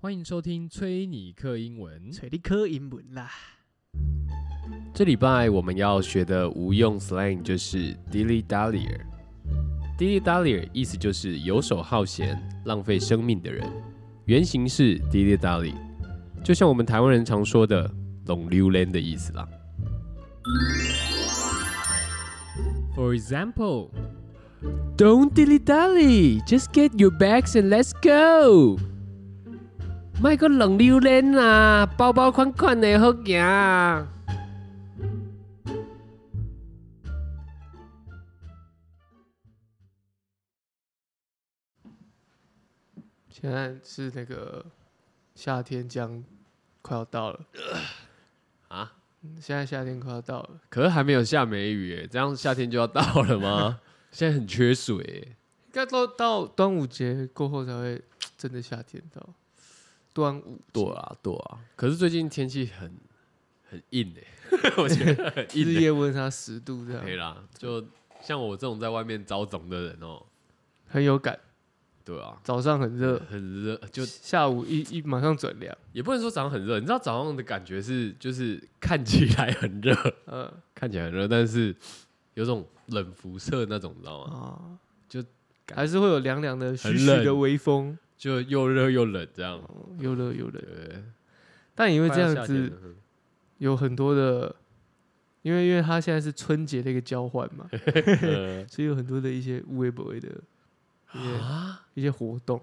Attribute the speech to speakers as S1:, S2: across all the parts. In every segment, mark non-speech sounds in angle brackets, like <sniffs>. S1: 欢迎收听崔尼克英文。
S2: 找你科英文啦。
S1: 这礼拜我们要学的无用 slang 就是 dilly dallier。dilly dallier 意思就是游手好闲、浪费生命的人，原型是 dilly dally，就像我们台湾人常说的“拢溜连”的意思啦。For example, don't dilly dally, just get your bags and let's go. 卖个冷溜连啦，包包款款的好行啊。
S2: 现在是那个夏天将快要到了，
S1: <coughs>
S2: 嗯
S1: 啊，
S2: 现在夏天快要到了，
S1: 可是还没有下梅雨耶，这样夏天就要到了
S2: <laughs>
S1: 吗？现在很缺水耶，
S2: 应该都到端午节过后才会真的夏天到。端午
S1: 对啊对啊。可是最近天气很很硬哎，我觉得很
S2: 日
S1: 硬耶。
S2: 夜温差十度这
S1: 对
S2: 样，
S1: 啦，就像我这种在外面招总的人哦、
S2: 很有感。
S1: 对啊，
S2: 早上很热，
S1: 很热，就
S2: 下午一一马上转凉。
S1: 也不能说早上很热，你知道早上的感觉是就是看起来很热， <laughs>
S2: 呃
S1: 看起来很热，但是有种冷辐射那种，你知道吗？
S2: 啊，
S1: 就感
S2: 还是会有凉凉的、
S1: 很
S2: 徐徐的
S1: 冷
S2: 微风，
S1: 就又热又冷这样。
S2: 哦又热又冷。
S1: 对，
S2: 但因为
S1: 因
S2: 这样子，有很多的，因为因为它现在是春节的一个交换嘛，
S1: <laughs> 呃
S2: <laughs> 所以有很多的一些无微不微的一些、一些活动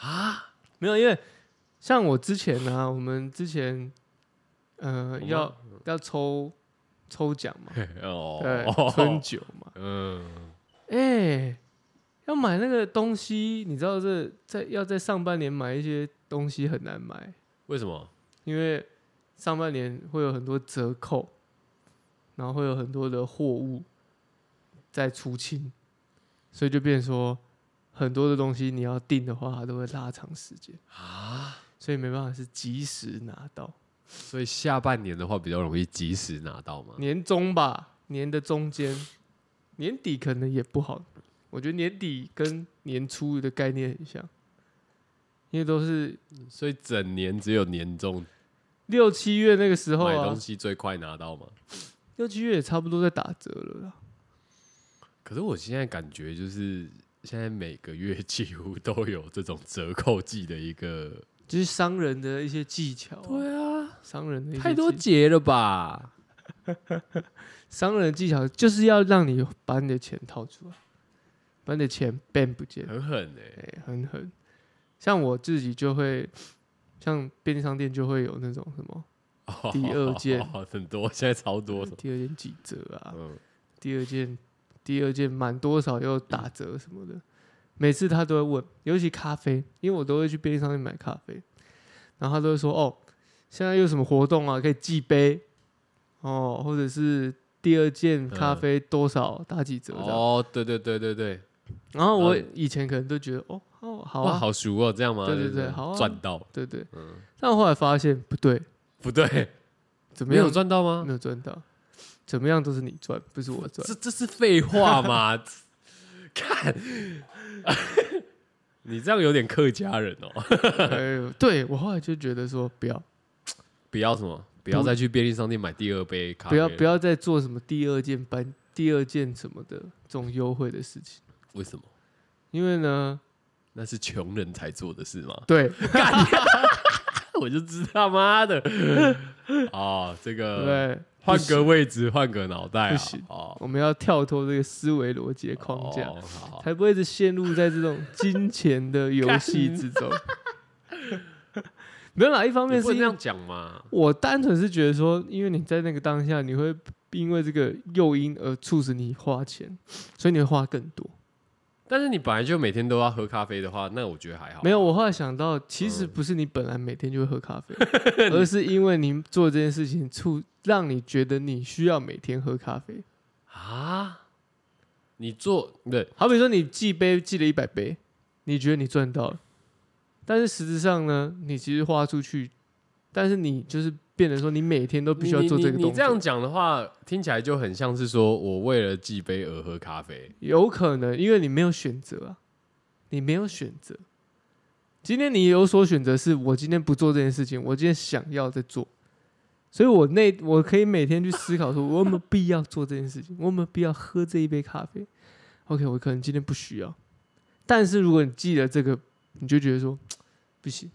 S2: 啊，没有，因为像我之前呢、我们之前呃
S1: 我们
S2: 要要抽抽奖嘛，对，
S1: 哦，
S2: 春酒嘛，
S1: 嗯，
S2: 哎、要买那个东西，你知道这在要在上半年买一些东西很难买，
S1: <laughs> 为什么？
S2: 因为上半年会有很多折扣，然后会有很多的货物在出清，所以就变成说很多的东西你要订的话，它都会拉长时间啊，所以没办法是及时拿到。
S1: 所以下半年的话比较容易及时拿到嘛。
S2: 年中吧，年的中间，年底可能也不好。我觉得年底跟年初的概念很像，因为都是
S1: 所以整年只有年终
S2: 六七月那个时候
S1: 买
S2: 啊
S1: 东，西最快拿到嘛。
S2: 六七月也差不多在打折了啦。
S1: 可是我现在感觉就是现在每个月几乎都有这种折扣季的一个，
S2: 就是商人的一些技巧、啊，
S1: 啊，
S2: 商人的一些
S1: 太多
S2: 技
S1: 节了吧？
S2: 商人的技巧就是要让你把你的钱掏出来，把你的钱变不见，
S1: 很狠 <laughs> 哎、
S2: 哎、很狠。像我自己就会，像便利商店就会有那种什么第二件
S1: <laughs> 很多，现在超多。
S2: 第二件几折 <laughs> 啊，
S1: 嗯，
S2: 第二件第二件满多少又打折什么的，
S1: 嗯
S2: 每次他都会问，尤其咖啡，因为我都会去便利商店买咖啡，然后他都会说哦，现在有什么活动啊，可以寄杯哦，或者是第二件咖啡多少打几折这样。
S1: 哦，对对对对对，
S2: 然后我
S1: 然后
S2: 以前可能都觉得哦哦好
S1: 哇，
S2: 啊，
S1: 好熟哦，这样吗？
S2: 对对
S1: 就是
S2: 对好啊
S1: 赚到，
S2: 对对，
S1: 嗯，
S2: 但我后来发现不对，
S1: 不对，
S2: 怎么
S1: 没有
S2: 样
S1: 赚到吗？
S2: 没有赚到，怎么样都是你赚，不是
S1: <laughs>
S2: 我赚。
S1: 这这是废话吗？ <laughs> 看， <laughs> 你这样有点客家人哦。
S2: 哎呦，对我后来就觉得说不要。
S1: 不要什么，不要再去便利商店买第二杯咖啡。
S2: 不要不
S1: 要，
S2: 要再做什么第二件班、第二件什么的这种优惠的事情，
S1: 为什么？
S2: 因为呢，
S1: 那是穷人才做的事吗？
S2: 对，
S1: <laughs> 我就知道，妈的！ <laughs> 哦，这
S2: 对不
S1: 个
S2: 对，
S1: 呃换
S2: 不行
S1: 个位置，换个脑袋啊
S2: 不行！
S1: 哦，
S2: 我们要跳脱这个思维逻辑的框架，
S1: 哦好
S2: 才不会一直陷入在这种金钱的游戏之中。 <laughs> 没有啦，一方
S1: 你
S2: 面
S1: 不能
S2: 是因
S1: 这样讲嘛。
S2: 我单纯是觉得说，因为你在那个当下，你会因为这个诱因而促使你花钱，所以你会花更多。
S1: 但是你本来就每天都要喝咖啡的话，那我觉得还好。嗯
S2: 没有，我后来想到，其实不是你本来每天就会喝咖
S1: <laughs>
S2: 啡，而是因为你做这件事情促让你觉得你需要每天喝咖啡。
S1: 啊，你做对
S2: 好比说你记杯记了一百杯，你觉得你赚到了，但是实质上呢，你其实花出去，但是你就是变成说你每天都必须要做这个
S1: 你你
S2: 动
S1: 你这样
S2: 作。
S1: 讲的话，听起来就很像是说我为了祭杯而喝咖啡。
S2: 有可能因为你没有选择啊，你没有选择，今天你有所选择，是我今天不做这件事情，我今天想要在做，所以我那我可以每天去思考说，我有没有必要做这件事情，我有没有必要喝这一杯咖啡？OK，我可能今天不需要，但是如果你记了这个，你就觉得说不行，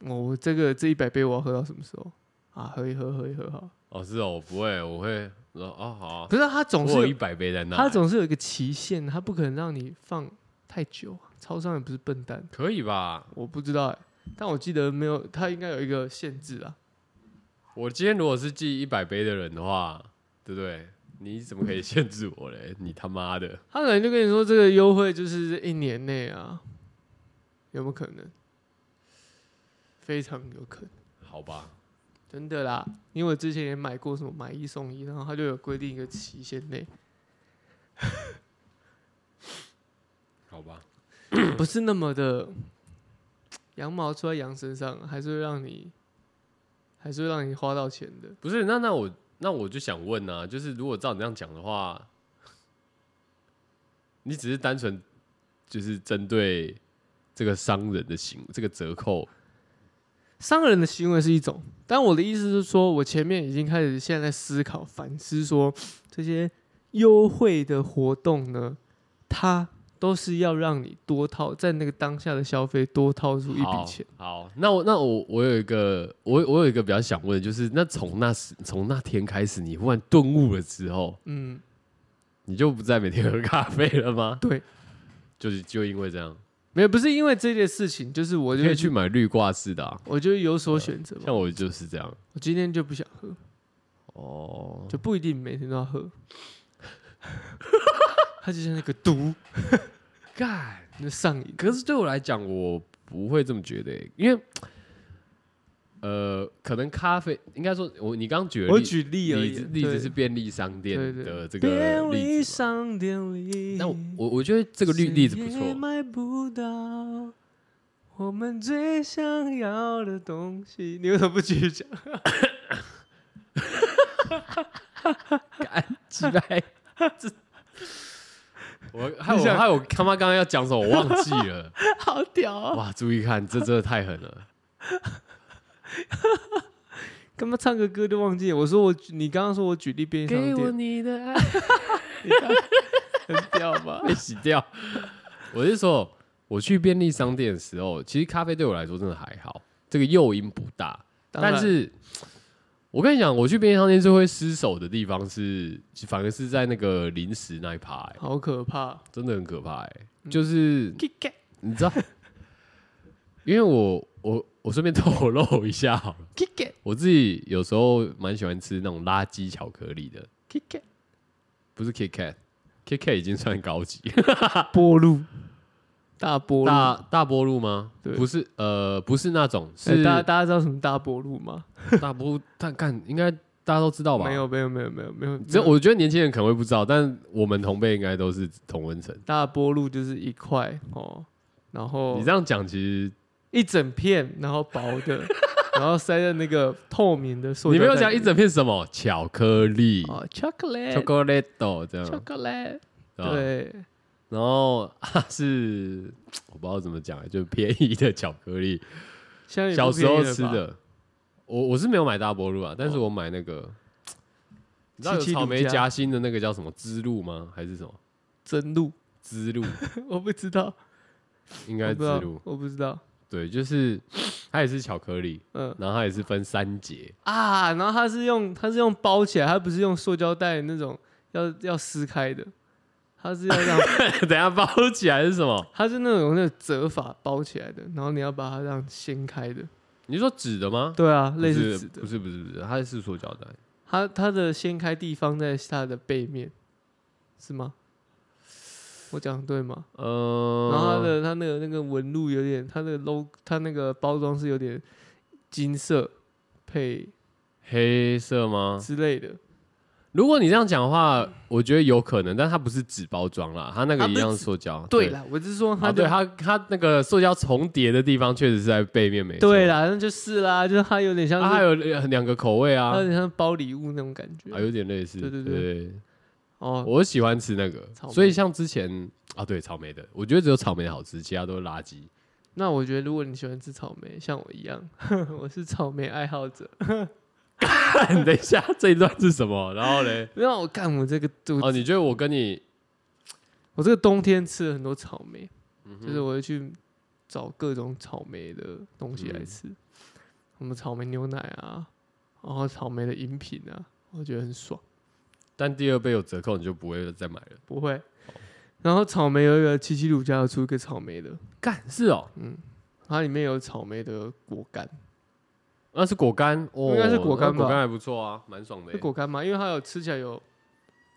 S2: 我我这个这一百杯我要喝到什么时候啊？喝一喝，喝一喝好了，
S1: 哦，是哦，我不会，我会说哦好啊，
S2: 不是它总
S1: 我
S2: 是
S1: 有
S2: 有
S1: 一百杯在那，欸
S2: 它总是有一个期限，它不可能让你放太久啊。超商也不是笨蛋，
S1: 可以吧？
S2: 我不知道哎、但我记得没有，它应该有一个限制啊。
S1: 我今天如果是记一百杯的人的话，对不对？你怎么可以 <laughs> 限制我嘞？你他妈的！
S2: 他可能就跟你说这个优惠就是一年内啊，有没有可能？非常有可能，
S1: 好吧，
S2: 真的啦，因为我之前也买过什么买一送一，然后他就有规定一个期限内，
S1: 好吧，
S2: 不是那么的羊毛出在羊身上，还是会让你，还是会让你花到钱的。
S1: 不是那那我那我就想问啊，就是如果照你这样讲的话，你只是单纯就是针对这个商人的行这个折扣，
S2: 商人的行为是一种，但我的意思是说，我前面已经开始现在在思考反思说，这些优惠的活动呢，它都是要让你多掏在那个当下的消费多掏出一笔钱。
S1: 好。好，那我那我我有一个我我有一个比较想问的，就是那从那时从那天开始，你忽然顿悟了之后，
S2: 嗯，
S1: 你就不再每天喝咖啡了吗？
S2: 对，
S1: 就是就因为这样，
S2: 没有，不是因为这件事情，就是我
S1: 我
S2: 就
S1: 可以去，买绿挂式的、啊，
S2: 我就有所选择嘛。
S1: 像我就是这样。
S2: 我今天就不想喝，
S1: 哦，
S2: 就不一定每天都要
S1: <laughs>
S2: 喝。它就像那个毒，
S1: 干！
S2: 那上瘾。
S1: 可是对我来讲，我不会这么觉得欸、因为呃，可能咖啡应该说，我你刚举的
S2: 我
S1: 例
S2: 举例而
S1: 例
S2: 已
S1: 子，例子
S2: 对
S1: 是便利商店
S2: 对对
S1: 的这个
S2: 便利
S1: 例子嘛。
S2: 商店里。
S1: 那我我我觉得这个例例子不
S2: 谁也
S1: 错，
S2: 买不到我们最想要的东西，你为什么不继续讲？
S1: 鸡掰！这我害
S2: 你
S1: 我
S2: 想
S1: 害我他妈刚刚要讲什么我忘记了，
S2: <laughs> 好屌啊！
S1: 哇！注意看，这真的太狠 <laughs> 了。
S2: 干嘛唱个歌就忘记了？我说我，你刚刚说我举例便利商店，
S1: 你的爱，
S2: 很屌吧？
S1: <laughs> 被洗掉。我是说，我去便利商店的时候，其实咖啡对我来说真的还好，这个诱因不大。
S2: 当然
S1: 但是，我跟你讲，我去便利商店最会失手的地方是，反而是在那个零食那一趴、欸，
S2: 好可怕
S1: 真的很可怕、欸。就是
S2: ！Kit Kat
S1: 你知道，因为我我我顺便透露一下好了，
S2: Kit Kat
S1: 我自己有时候蛮喜欢吃那种垃圾巧克力的，
S2: Kit Kat
S1: 不是 Kit Kat，Kit Kat 已经算高级了。
S2: 波路，大哎波路，
S1: 大大波路吗？
S2: 对
S1: 不是，呃，不是那种，
S2: 哎
S1: 是
S2: 大家大家知道什么大波路吗？
S1: 大波路。但干，应该大家都知道吧？
S2: 没，有没有没有没有没有，
S1: 这
S2: 没有
S1: 我觉得年轻人可能会不知道，但我们同辈应该都是同温层。
S2: 大波路就是一块哦，然后
S1: 你这样讲，其实
S2: 一整片，然后薄
S1: <laughs>
S2: 的，然后塞在那个透明的塑
S1: 你
S2: 胶
S1: 没
S2: 袋
S1: 有
S2: 里。
S1: 讲一整片什么巧克力、
S2: 哦，chocolate，
S1: 巧克力豆这样，
S2: chocolate，
S1: 是吧。
S2: 对，
S1: 然后 <laughs> 啊是我不知道怎么讲，就便宜的巧克力，
S2: 现在也不
S1: 小时候
S2: 便宜了吧哦
S1: 吃，的。我我是没有买大波路啊，但是我买那个，你知道有
S2: 七七
S1: 草
S2: 乳
S1: 莓
S2: 加
S1: 夹心的那个叫什么芝露吗？还是什么
S2: 真露，
S1: 芝露？
S2: <laughs> 我不知道，
S1: 应
S2: 我
S1: 该
S2: 不
S1: 之
S2: 知道
S1: 路，，
S2: 我不知道，
S1: 对，就是它也是巧克力，
S2: 嗯
S1: 然后它也是分三节， <laughs>
S2: 啊，然后它是用它是用包起来，它不是用塑胶袋那种要要撕开的，它是要
S1: <laughs>
S2: 让
S1: 等一下包起来是什么？
S2: 它是那种那种折法包起来的，然后你要把它这样掀开的，
S1: 你说纸的吗？
S2: 对啊，类
S1: 不
S2: 似
S1: 是
S2: 纸的
S1: 不，是不是不是，它是塑胶袋，
S2: 它它的掀开地方在它的背面，是吗？我讲得对吗？
S1: 嗯，
S2: 然后它的它那个那个纹路有点，它的 logo 它那个包装是有点金色配
S1: 黑色吗？
S2: 之类的，
S1: 如果你这样讲的话，我觉得有可能，但它不是纸包装啦，它那个
S2: 它
S1: 一
S2: 不是
S1: 样
S2: 纸
S1: 塑胶，
S2: 对啦，我是说它
S1: 啊，
S2: 的、
S1: 对它它那个塑胶重叠的地方确实是在背面没错
S2: 对，啦，那就是啦，就是它有点像
S1: 它
S2: 是、
S1: 还有呃两个口味啊
S2: 它，有点像包礼物那种感觉，
S1: 啊有点类似，
S2: 对对对
S1: 对，
S2: 哦，
S1: 我喜欢吃那个
S2: 草，莓
S1: 所以像之前啊，对草莓的，我觉得只有草莓好吃，其他都是垃圾。 <laughs>
S2: 那我觉得，如果你喜欢吃草莓，像我一样， <laughs> 我是草莓爱好者。
S1: 等一下，这一段是什么？然后
S2: <laughs>
S1: 嘞，
S2: 让我干我这个肚
S1: 哦，你觉得我跟你
S2: 我这个冬天吃了很多草莓，就是我会去找各种草莓的东西来吃，什么草莓牛奶啊，然后草莓的饮品啊，我觉得很爽，
S1: 但第二杯有折扣，你就不会再买了？
S2: 不会。然后草莓有一个七七乳家有出一个草莓的，
S1: 干是哦，
S2: 它里面有草莓的果干，
S1: 那是果干，哦，
S2: 应该是果干吧
S1: 那果干还不错啊，蛮爽的
S2: 是
S1: 耶
S2: 果干吗？因为它有吃起来有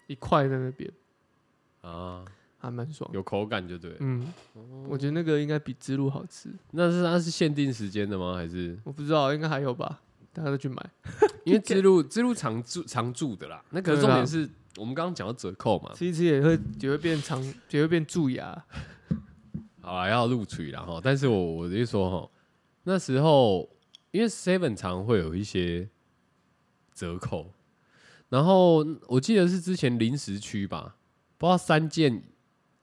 S2: 一块在那边，
S1: 啊，
S2: 还蛮爽。
S1: 有口感就对了。
S2: 嗯，我觉得那个应该比之路好吃，
S1: 那是它是限定时间的吗？还是
S2: 我不知道，应该还有吧，大家都去买。
S1: 因为之路之路常驻常驻的啦？那可是
S2: 对
S1: 重
S2: 啦
S1: 点是我们刚刚讲到折扣嘛，
S2: 吃一吃也会也会变长，也会变蛀牙。
S1: 好啦，要录取啦哈。但是我我就说哈，那时候因为 Seven 常会有一些折扣，然后我记得是之前零食区吧，不知道三件，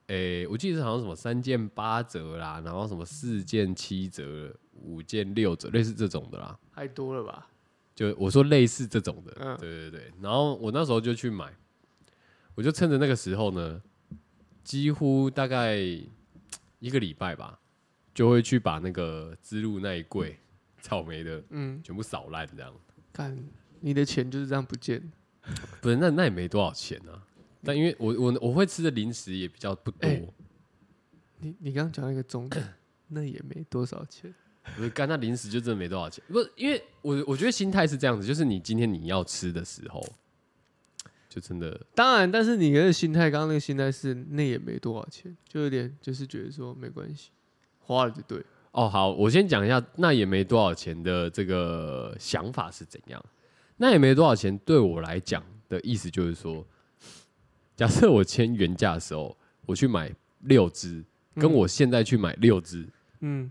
S1: 诶、我记得是好像什么三件八折啦，然后什么四件七折、五件六折，类似这种的啦。
S2: 太多了吧？
S1: 就我说类似这种的，
S2: 嗯
S1: 对对对。然后我那时候就去买，我就趁着那个时候呢，几乎大概一个礼拜吧，就会去把那个之路那一柜草莓的
S2: 嗯，
S1: 全部扫烂，这样。
S2: 看你的钱就是这样不见。
S1: 不是，那那也没多少钱啊。但因为我我我会吃的零食也比较不多，
S2: 哎你你刚刚讲到一个重点， <clears throat> 那也没多少钱。
S1: 我就干那零食就真的没多少钱。不是，因为我我觉得心态是这样子，就是你今天你要吃的时候，就真的
S2: 当然，但是你的心态，刚刚那个心态是那也没多少钱，就有点就是觉得说没关系，花了就对。
S1: 哦，好，我先讲一下，那也没多少钱的这个想法是怎样。那也没多少钱，对我来讲的意思就是说，假设我签原价的时候，我去买六只，跟我现在去买六只，
S2: 嗯，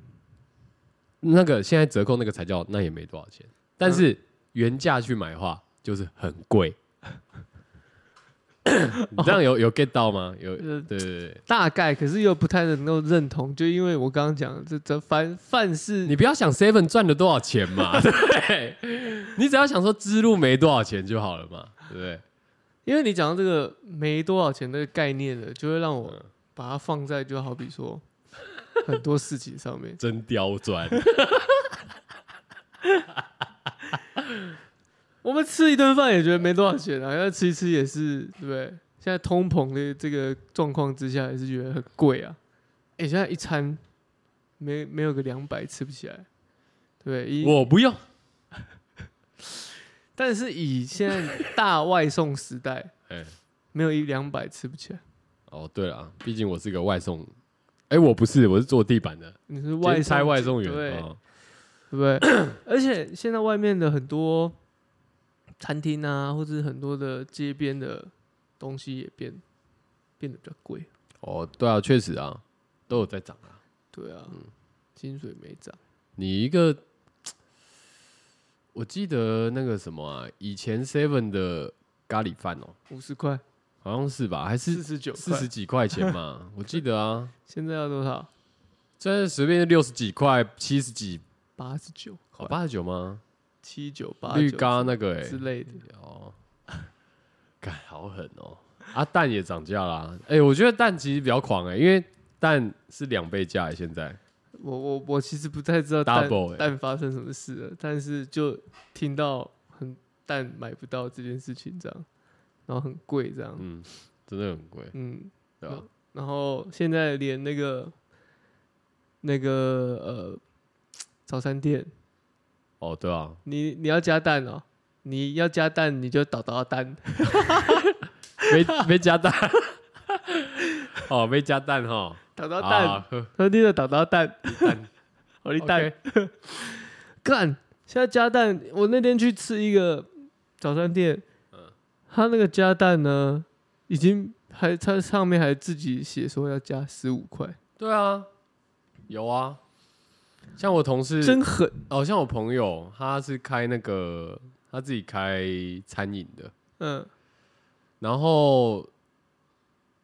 S1: 那个现在折扣那个才叫那也没多少钱。但是原价去买的话，就是很贵。 <coughs> 你这样有有 get 到吗？有，对
S2: 呃
S1: 对对，
S2: 大概，可是又不太能够认同，就因为我刚刚讲的这这凡凡是
S1: 你不要想 Seven 赚了多少钱嘛， <laughs> 对不对？你只要想说之路没多少钱就好了嘛，对不对？
S2: 因为你讲到这个没多少钱这个概念了，就会让我
S1: 嗯
S2: 把它放在就好比说很多事情上面。
S1: 真刁
S2: <laughs>
S1: 钻，
S2: 我们吃一顿饭也觉得没多少钱啊，要吃一吃也是对不对？现在通膨的这个状况之下，也是觉得很贵啊。哎、现在一餐没没有个两百吃不起来，对不对？以
S1: 我不用。
S2: 但是以现在大外送时代，
S1: 哎，
S2: 没有一两百吃不起来。
S1: 哦，对了啊，毕竟我是个外送，哎，我不是，我是做地板的，
S2: 你是
S1: 兼
S2: 外
S1: 差
S2: 送
S1: 外送员，
S2: 对、
S1: 哦
S2: 对不对？而且现在外面的很多餐厅啊，或者是很多的街边的东西也变变得比较贵。
S1: 哦，对啊，确实啊，都有在涨啊。
S2: 对啊，薪水没涨。
S1: 你一个，我记得那个什么啊，以前 Seven 的咖喱饭哦，
S2: 五十块，
S1: 好像是吧，还
S2: 四
S1: 是
S2: 十九
S1: 四
S2: 块
S1: 十，几块钱嘛，我记得啊。
S2: 现在要多少？
S1: 这随便六十几块、七十几、
S2: 八十九
S1: 哦
S2: 块，
S1: 八十九吗？
S2: 七九八
S1: 绿咖那个哎、
S2: 之类的。
S1: 哦，干好狠哦！啊，蛋也涨价啦。哎、我觉得蛋其实比较狂哎、因为蛋是两倍价、欸，现在
S2: 我我我其实不太知道呃蛋
S1: Double 欸
S2: 蛋发生什么事了，但是就听到很蛋买不到这件事情这样，然后很贵这样，
S1: 嗯，真的很贵，
S2: 嗯，
S1: 对吧、
S2: 然后现在连那个那个呃早餐店，
S1: 哦，对啊，
S2: 你你要加蛋哦，你要加蛋你就倒倒蛋，
S1: 没没加蛋， <laughs> 哦，没加蛋哈，
S2: 倒倒蛋，
S1: 啊，呵
S2: 他那个打打蛋， <laughs>
S1: 蛋
S2: 我的蛋， <laughs> 干！现在加蛋，我那天去吃一个早餐店，
S1: 嗯
S2: 他那个加蛋呢，已经还他上面还自己写说要加十五块，
S1: 对啊，有啊。像我同事，
S2: 真狠！
S1: 哦，像我朋友，他是开那个他自己开餐饮的，
S2: 嗯，
S1: 然后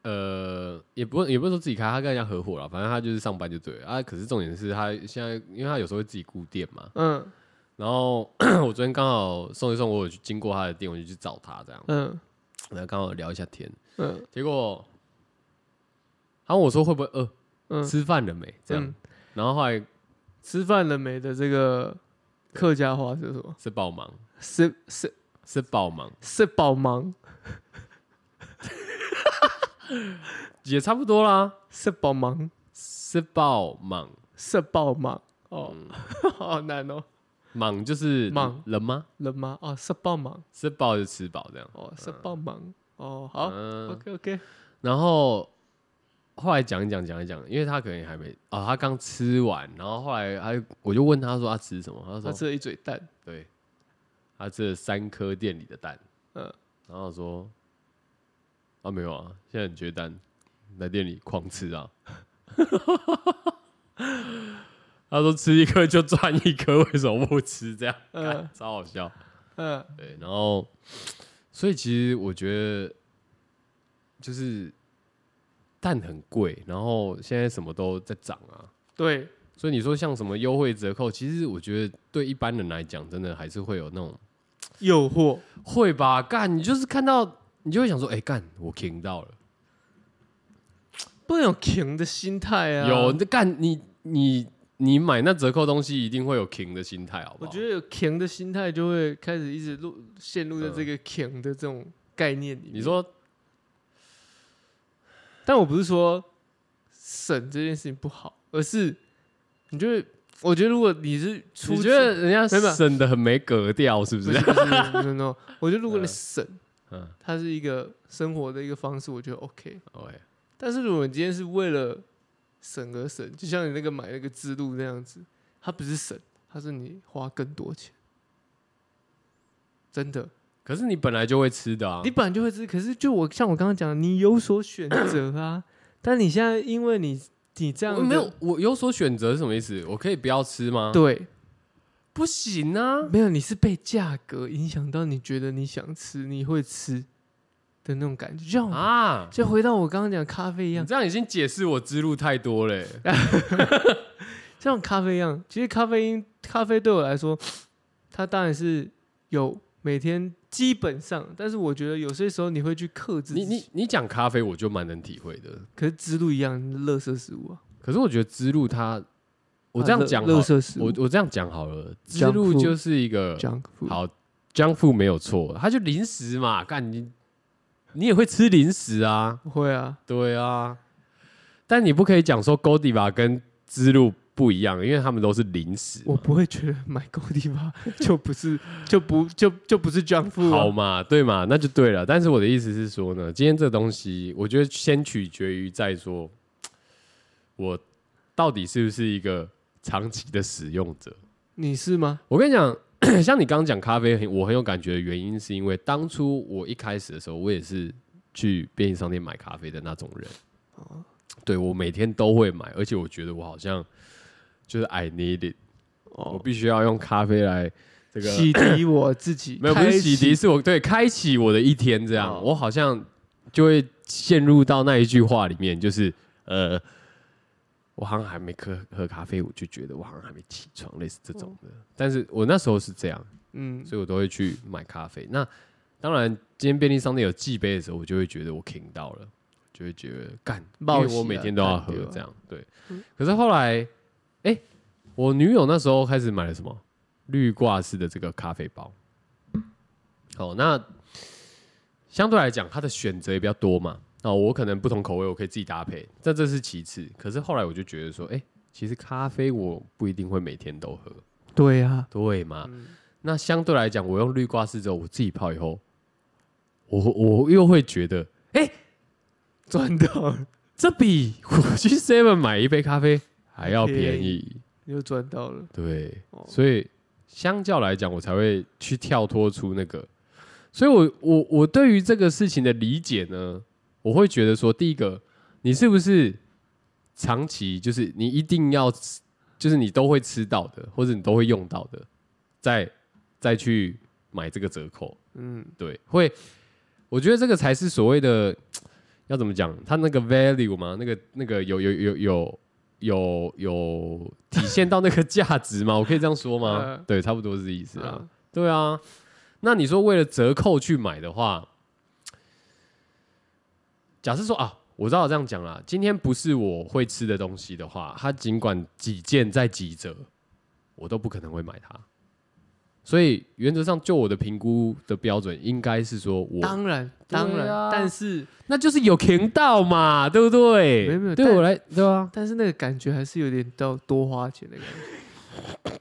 S1: 呃，也不也不是说自己开，他跟人家合伙了，反正他就是上班就对了啊。可是重点是他现在，因为他有时候会自己顾店嘛，
S2: 嗯
S1: 然后我昨天刚好送一送，我有去经过他的店，我就去找他这样，
S2: 嗯
S1: 然后刚好聊一下天，
S2: 嗯
S1: 结果他问我说会不会饿，
S2: 嗯，
S1: 吃饭了没这样，
S2: 嗯
S1: 然后后来
S2: 吃饭了没的这个客家话是什么？
S1: 是爆忙，
S2: 是是
S1: 是爆忙，
S2: 是饱忙，
S1: 也差不多啦，
S2: 是饱忙，
S1: 是爆忙，
S2: 是饱忙哦，
S1: 嗯
S2: <laughs> 好难哦，
S1: 忙就是
S2: 忙
S1: 人吗？
S2: 人吗？哦，是饱忙，
S1: 吃饱就吃饱这样。
S2: 哦，是饱忙，哦，好
S1: 嗯
S2: ，OK OK，
S1: 然后后来讲一讲讲一讲，因为他可能也还没哦，他刚吃完，然后后来他我就问他说他吃什么，他
S2: 他
S1: 说
S2: 吃了一嘴蛋，
S1: 对，他吃了三颗店里的蛋，嗯
S2: 嗯，
S1: 然后我说啊没有啊，现在很缺蛋，来店里狂吃
S2: <laughs>
S1: 啊。他说吃一颗就赚一颗，为什么不吃？这样，
S2: 嗯
S1: 嗯，超好笑。
S2: 嗯
S1: 对，然后，所以其实我觉得，就是蛋很贵，然后现在什么都在涨啊，
S2: 对，
S1: 所以你说像什么优惠折扣，其实我觉得对一般人来讲，真的还是会有那种
S2: 诱惑，
S1: 会吧，干你就是看到你就会想说，哎、干我 king 到了，
S2: 不能有停的心态啊，
S1: 有那干你你你买那折扣东西，一定会有 king 的心态，好不
S2: 我
S1: 好？
S2: 觉得有强的心态，就会开始一直入陷入在这个强的这种概念里
S1: 嗯
S2: 面。
S1: 你，说
S2: 但我不是说省这件事情不好，而是你就会，我觉得如果你是出
S1: 你
S2: 自，
S1: 觉得人家
S2: 没有没有
S1: 省的很没格调，是不
S2: 不
S1: 是
S2: 是？不是 no no，我觉得如果
S1: <laughs>
S2: 你
S1: 嗯
S2: 省，
S1: <laughs> 嗯，
S2: 它是一个生活的一个方式，我觉得 OK。
S1: o k
S2: 但是如果你今天是为了省而省，就像你那个买那个制度那样子，它不是省，它是你花更多钱，真的。
S1: 可是你本来就会吃的啊，
S2: 你本来就会吃，可是就我像我刚刚讲的，你有所选择
S1: <coughs>
S2: 啊。但你现在因为你你这样
S1: 我
S2: 的
S1: 没有，我有所选择是什么意思？我可以不要吃吗？，
S2: 对，
S1: 不行啊！
S2: 没有你是被价格影响到，你觉得你想吃，你会吃的那种感觉，就像我
S1: 啊，
S2: 就回到我刚刚讲咖啡一
S1: 你
S2: 样，
S1: 这样已经解释我之路太多欸嘞、
S2: 就像咖啡一样，其实咖啡因咖啡对我来说， <sniffs> 它当然是有每天基本上，但是我觉得有些时候你会去克制自
S1: 你
S2: 己，
S1: 你你讲咖啡，我就蛮能体会的。
S2: 可是之路一样，垃圾食物啊，
S1: 可是我觉得之路它，我这样讲好
S2: 垃
S1: 了，
S2: 圾食
S1: 我
S2: 物
S1: 我这样讲好了，之
S2: Junk
S1: 路
S2: food
S1: 就是一个
S2: ，junk food，
S1: 好 junk food 没有错，它就零食嘛，干你你也会吃零食啊，
S2: 会啊，
S1: 对啊，但你不可以讲说 Godiva 跟之路不一样，因为他们都是零食嘛
S2: 我不会觉得买狗地方 <laughs> 就不是就不就就不是 junk food
S1: 好
S2: 啊、
S1: 嘛，对嘛，那就对了。但是我的意思是说呢，今天这东西，我觉得先取决于在说，我到底是不是一个长期的使用者。
S2: 你是吗？
S1: <laughs> 我跟你讲， <coughs> 像你刚刚讲咖啡很，我很有感觉的原因，是因为当初我一开始的时候，我也是去便利商店买咖啡的那种人。哦对我每天都会买，而且我觉得我好像就是 I need it，、我
S2: 哦，
S1: 必须要用咖啡来这个，
S2: 洗涤我自己
S1: 没有，不是洗
S2: 开启
S1: 涤，是我对开启我的一天这样，
S2: 哦
S1: 我好像就会陷入到那一句话里面，就是呃，我好像还没喝喝咖啡，我就觉得我好像还没起床，类似这种的。但是我那时候是这样，
S2: 嗯，
S1: 所以我都会去买咖啡。那当然，今天便利商店有寄杯的时候，我就会觉得我停到了，就会觉得干，因
S2: 冒
S1: 为
S2: 险
S1: 我每天都要喝
S2: 干嗯掉
S1: 这样。对，可是后来，哎、我女友那时候开始买了什么绿挂式的这个咖啡包。好，那相对来讲，它的选择也比较多嘛。那我可能不同口味，我可以自己搭配，但这是其次。可是后来我就觉得说，哎、其实咖啡我不一定会每天都喝，
S2: 对啊，
S1: 对吗？
S2: 嗯
S1: 那相对来讲，我用绿挂式之后，我自己泡以后，我我又会觉得，哎、
S2: 赚到了，
S1: 这比我
S2: <laughs>
S1: 去 Seven 买一杯咖啡还要便
S2: 便
S1: 宜。
S2: 又赚到了，
S1: 对，
S2: 哦
S1: 所以相较来讲，我才会去跳脱出那个。所以我我我对于这个事情的理解呢，我会觉得说，第一个，你是不是长期就是你一定要吃，就是你都会吃到的，或者你都会用到的，再再去买这个折扣。
S2: 嗯，
S1: 对，会，我觉得这个才是所谓的要怎么讲？它那个 value 吗？那个那个有有有有有有体现到那个价值吗？我可以这样说吗？
S2: 呃
S1: 对，差不多是这意思啊。
S2: 嗯
S1: 对啊，那你说为了折扣去买的话，假设说啊，我知道我这样讲啦，今天不是我会吃的东西的话，它尽管几件在几折，我都不可能会买它。所以原则上，就我的评估的标准，应该是说我
S2: 当然，
S1: 对
S2: 当然，
S1: 啊
S2: 但是
S1: 那就是有甜到嘛，对不对？
S2: 没有没有
S1: 对
S2: 但
S1: 我来，对啊，
S2: 但是那个感觉还是有点到多花钱的感觉。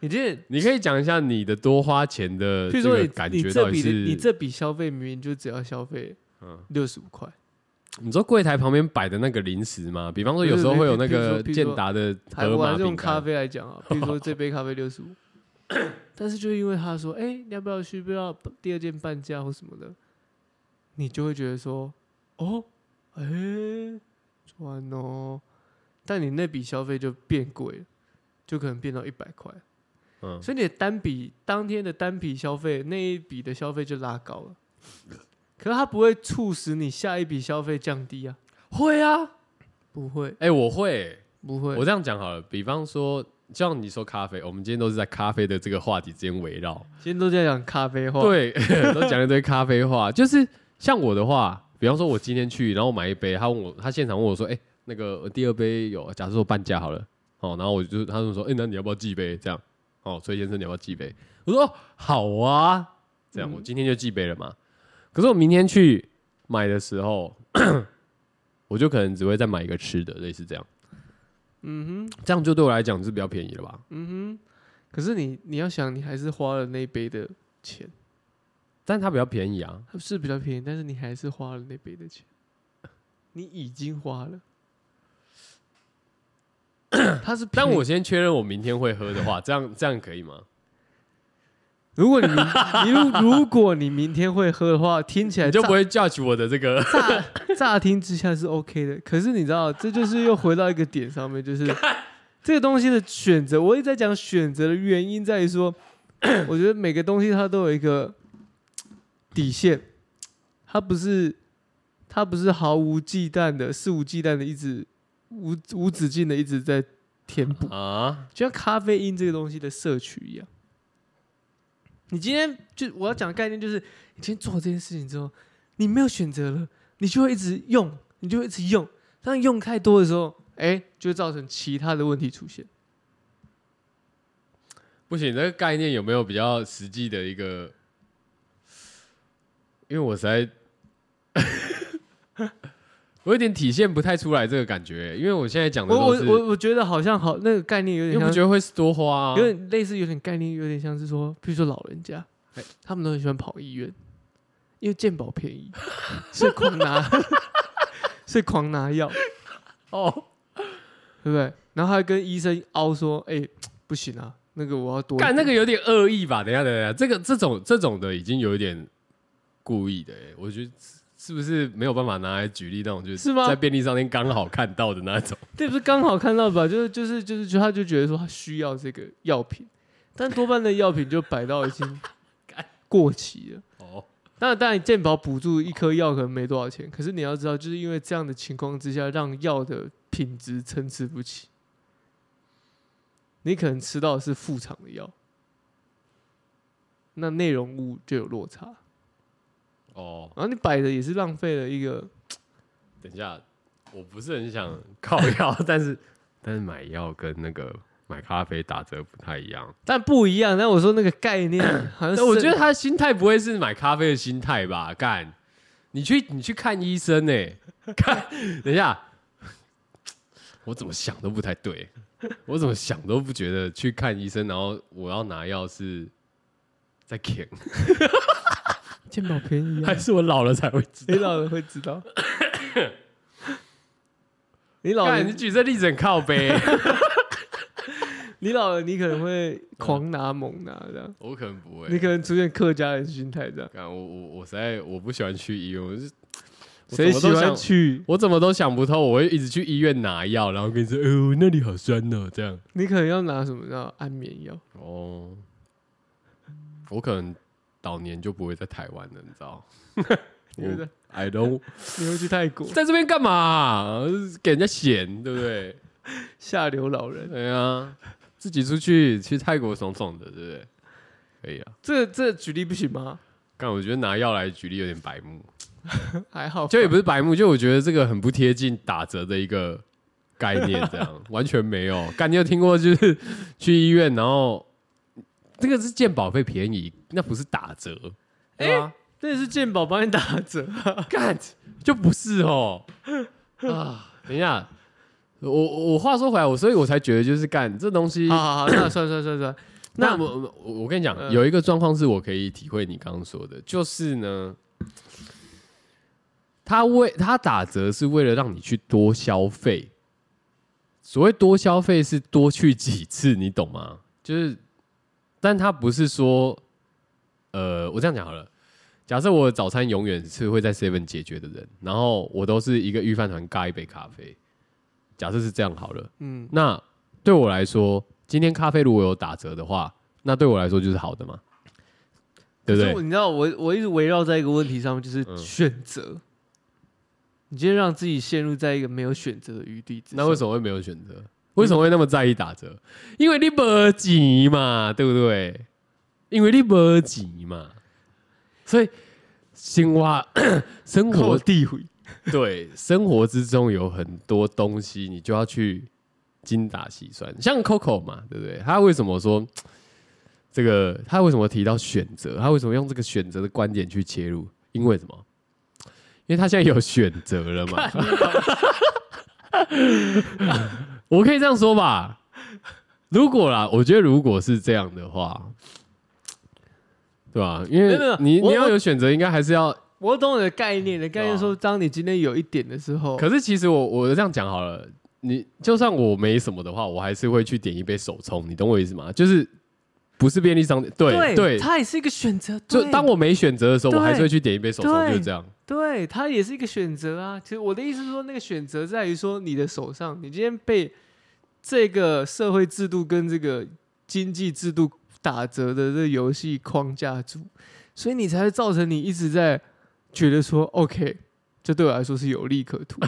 S2: 你这，
S1: 你可以讲一下你的多花钱的
S2: 譬
S1: 呃这
S2: 如说
S1: 个
S2: 你
S1: 感
S2: 你
S1: 觉
S2: 这
S1: 到底
S2: 笔的
S1: 是
S2: 你这笔消费明明就只要消费
S1: 嗯
S2: 六十五块，
S1: 你知道柜台旁边摆的那个零食吗？比方说有时候会有那个
S2: 比如说比如说
S1: 健达的
S2: 还
S1: 河
S2: 我还
S1: 马
S2: 是用
S1: 饼
S2: 咖
S1: 干，
S2: 啡来讲啊，比如说这杯咖啡
S1: <laughs>
S2: 六十五，但是就是因为他说，哎、你要不要去，不要第二件半价或什么的，你就会觉得说，哦，哎、赚哦，但你那笔消费就变贵了，就可能变到一百块，
S1: 嗯，
S2: 所以你的单笔当天的单笔消费那一笔的消费就拉高了，可是它不会促使你下一笔消费降低啊，
S1: 会啊，
S2: 不会，
S1: 哎、我会，
S2: 不会
S1: 我，这样讲好了，比方说。像你说咖啡，我们今天都是在咖啡的这个话题之间围绕，
S2: 今天都在讲咖啡话，
S1: 对，啊 <laughs> 都讲一堆咖啡话。就是像我的话，比方说我今天去，然后我买一杯，他问我，他现场问我说，哎、那个第二杯有，假设说半价好了，哦，然后我就他就说，哎、那你要不要寄杯？这样，哦，崔先生你要不要寄杯？我说哦好啊，这样、
S2: 嗯
S1: 我今天就寄杯了嘛。可是我明天去买的时候， <coughs> 我就可能只会再买一个吃的，类似这样，
S2: 嗯哼。
S1: 这样就对我来讲是比较便宜了吧？
S2: 嗯哼，可是你你要想，你还是花了那一杯的钱，
S1: 但它比较便宜啊，
S2: 它是比较便宜，但是你还是花了那杯的钱，你已经花了。它是便宜，
S1: 但我先确认我明天会喝的话， <laughs> 这样这样可以吗？
S2: 如果你明 <laughs> 你如如果你明天会喝的话，听起来
S1: 你就
S2: 乍
S1: 不会 judge 我的这 <laughs>
S2: <laughs>
S1: 个
S2: 乍乍听之下是 OK 的，可是你知道，这就是又回到一个点上面，就是这个东西的选择。我一直在讲选择的原因在于说，我觉得每个东西它都有一个底线，它不是它不是毫无忌惮的、肆无忌惮的一直无无止境的一直在填补。
S1: 啊？
S2: 就像咖啡因这个东西的摄取一样。你今天就我要讲的概念就是，你今天做了这件事情之后，你没有选择了，你就会一直用，你就会一直用。当你用太多的时候，哎、就会造成其他的问题出现。
S1: 不行，这个概念有没有比较实际的一个？因为我实在 <laughs> 我有点体现不太出来这个感觉，因为我现在讲的
S2: 我
S1: 都
S2: 我
S1: 是，
S2: 我我觉得好像好那个概念有
S1: 又
S2: 点
S1: 不
S2: 像，
S1: 觉得会是多花、啊
S2: 有，点类似，有点概念，有点像是说，比如说老人家，
S1: 哎
S2: 他们都很喜欢跑医院，因为健保便宜，所以狂拿， <laughs> 所以狂拿药。
S1: 哦，
S2: 对不对？然后还跟医生凹说：“哎、不行啊，那个我要多一
S1: 干那
S2: 点
S1: 个有点恶意吧？等一下等一下，这个这种这种的已经有一点故意的、欸，我觉得是不是没有办法拿来举例那种，就是
S2: 是吗
S1: 在便利商店刚好看到的那种。
S2: 这不是刚好看到吧？就是就是就是，就他就觉得说他需要这个药品，但多半的药品就摆到已经 <laughs> 过期了。
S1: 哦，
S2: 当然，当然，健保补助一颗药可能没多少钱，可是你要知道，就是因为这样的情况之下，让药的品质参差不齐。你可能吃到的是副厂的药，那内容物就有落差，
S1: 哦，
S2: 然后你摆的也是浪费了一个
S1: 等一下，我不是很想 <laughs> 靠药，但是但是买药跟那个买咖啡打折不太一样。
S2: 但不一样。但我说那个概
S1: <coughs>
S2: 念好像是，
S1: 但我觉得他的心态不会是买咖啡的心态吧？干，你去你去看医生呢、 <laughs> 看，等一下，我怎么想都不太对，我怎么想都不觉得去看医生，然后我要拿药是在舔，
S2: 健保便宜、
S1: <laughs>
S2: 啊
S1: 还，是我老了才会知道
S2: <laughs> 你？老了会
S1: <coughs>
S2: 知道。你老
S1: 干，
S2: 了
S1: 你，举这例子很靠背，欸
S2: 你老了，你可能会狂拿猛拿这样，
S1: 我可能不会。
S2: 你可能出现客家人心态这样。
S1: 干我我我实在我不喜欢去医院，我是我
S2: 谁
S1: 怎么
S2: 喜
S1: 都
S2: 欢
S1: 想
S2: 去？
S1: 我怎么都想不透，我会一直去医院拿药，然后跟你说，哦，那里好酸呢、这样。
S2: 你可能要拿什么？叫安
S1: <laughs>
S2: 眠药？
S1: 哦，我可能老年就不会在台湾了，你知道？
S2: <laughs> 你会在
S1: 我 I
S2: <laughs>
S1: don't
S2: 你会去泰
S1: <laughs>
S2: 国
S1: 在这边干嘛？给人家嫌，对不对？
S2: 下流老人？
S1: 对啊，自己出去去泰国爽爽的，对不对？可以啊。
S2: 这这举例不行吗？
S1: 但我觉得拿药来举例有点白目，
S2: 还好
S1: <laughs>
S2: 吧，
S1: 就也不是白目，就我觉得这个很不贴近打折的一个概念，这样完全没有。干，你有听过就是去医院，然后这个是鉴保费便宜，那不是打折，对吧？
S2: 那也是鉴宝帮你打折。
S1: 干就不是哦啊！等一下，我我我话说回来，我所以我才觉得就是干这东西
S2: 好好好，那算 <coughs> 算算算，
S1: 那
S2: 那
S1: 我我我跟你讲，
S2: 嗯
S1: 有一个状况是我可以体会你刚刚说的，就是呢，他为他打折是为了让你去多消费。所谓多消费是多去几次，你懂吗？就是，但他不是说，呃，我这样讲好了。假设我的早餐永远是会在 Seven 解决的人，然后我都是一个御饭团加一杯咖啡。假设是这样好了，
S2: 嗯，
S1: 那对我来说，今天咖啡如果有打折的话，那对我来说就是好的嘛，对不
S2: 可是我
S1: 对？
S2: 你知道我我一直围绕在一个问题上面，就是
S1: 嗯
S2: 选择。你今天让自己陷入在一个没有选择的余地之
S1: 那为
S2: 么？
S1: 什么会没有选择？为什么会那么在意打折？因为你没钱嘛，对不对？因为你没钱嘛，所以青蛙生活 <coughs>
S2: 我地回， <laughs>
S1: 对生活之中有很多东西，你就要去精打细算。像 Coco 嘛，对不对？他为什么说这个？他为什么提到选择？他为什么用这个选择的观点去切入？因为什么？因为他现在有选择了嘛。我可以这样说吧。如果啦，我觉得如果是这样的话，对吧？因
S2: 没
S1: 为
S2: 有没有
S1: 你
S2: 我
S1: 你要
S2: 我
S1: 有选择，应该还是要
S2: 我懂你的概念的概念说，当你今天有一点的时候，
S1: 啊可是其实我我这样讲好了，你就算我没什么的话，我还是会去点一杯手冲，你懂我意思吗？就是不是便利商店，对对，
S2: 它也是一个选择。
S1: 就
S2: 对
S1: 当我没选择的时候，
S2: 对
S1: 我还是会去点一杯手冲，
S2: 对
S1: 就是这样。
S2: 对它也是一个选择啊。其实我的意思是说，那个选择在于说你的手上，你今天被这个社会制度跟这个经济制度打折的这游戏框架住，所以你才会造成你一直在觉得说 OK，这对我来说是有利可图，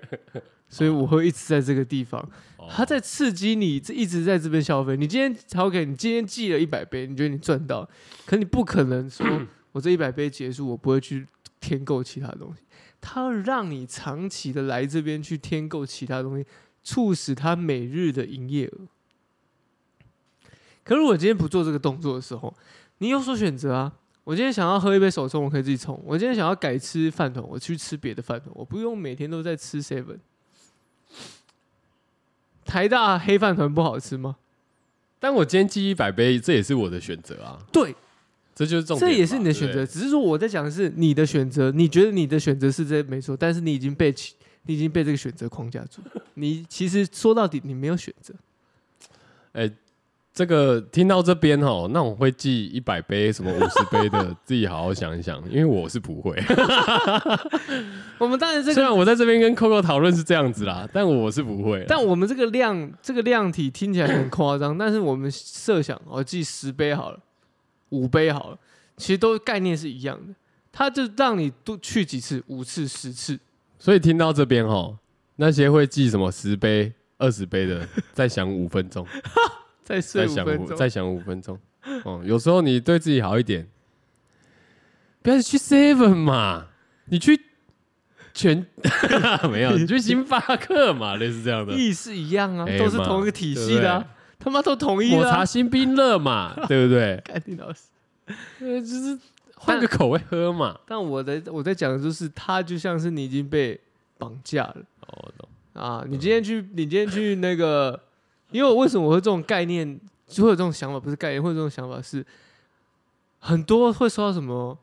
S2: <laughs> 所以我会一直在这个地方。
S1: 哦
S2: 他在刺激你，这一直在这边消费。你今天 OK，你今天记了一百杯，你觉得你赚到，可你不可能说我这一百杯结束，我不会去添购其他东西。他要让你长期的来这边去添购其他东西，促使他每日的营业额。可是我今天不做这个动作的时候，你有所选择啊。我今天想要喝一杯手冲，我可以自己冲；我今天想要改吃饭团，我去吃别的饭团，我不用每天都在吃 seven。台大黑饭团不好吃吗？
S1: 但我今天记一百杯，这也是我的选择啊，
S2: 对，
S1: 这就是重点
S2: 这
S1: 嘛。
S2: 也是你的选
S1: 对
S2: 择。
S1: 不对
S2: 只是说我在讲的是你的选择，你觉得你的选择是这没错，但是你已经被其你已经被这个选择框架住。你其实说到底，你没有选择。
S1: 这个听到这边哦，那我会记一百杯、什么五十杯的，自己好好想一想，因为我是不会。
S2: 我们当然这
S1: <laughs> 虽
S2: 个，
S1: 然我在这边跟 Coco 讨论是这样子啦，但我是不会啦。
S2: 但我们这个量这个量体听起来很夸张，但是我们设想哦，记十杯好了，五杯好了，其实都概念是一样的。它就让你多去几次，五次、十次，
S1: 所以听到这边哈，那些会记什么十杯、二十杯的，再想五分
S2: <laughs>
S1: 钟，
S2: 再睡
S1: 再
S2: 五
S1: 想
S2: 分
S1: 五，
S2: 钟。
S1: 再想五分钟。哦、有时候你对自己好一点，不要去 Seven 嘛，你去 <laughs> 全没
S2: <laughs>
S1: 有，你去星巴克嘛，类似这样的。
S2: 意思一样啊，
S1: 哎
S2: 都是
S1: 嘛
S2: 同一个体系的、啊，他妈都统一
S1: 抹
S2: 了、啊
S1: 茶。新冰乐
S2: <laughs>
S1: 嘛，对不对？
S2: 干你老师！
S1: 呃，就是换个口味喝嘛。
S2: 但我的我在讲的就是，它就像是你已经被绑架了
S1: 哦，我懂。
S2: 啊！你今天去，你今天去那个，因为我为什么我会这种概念，就会有这种想法，不是概念，会有这种想法是，很多会收到什么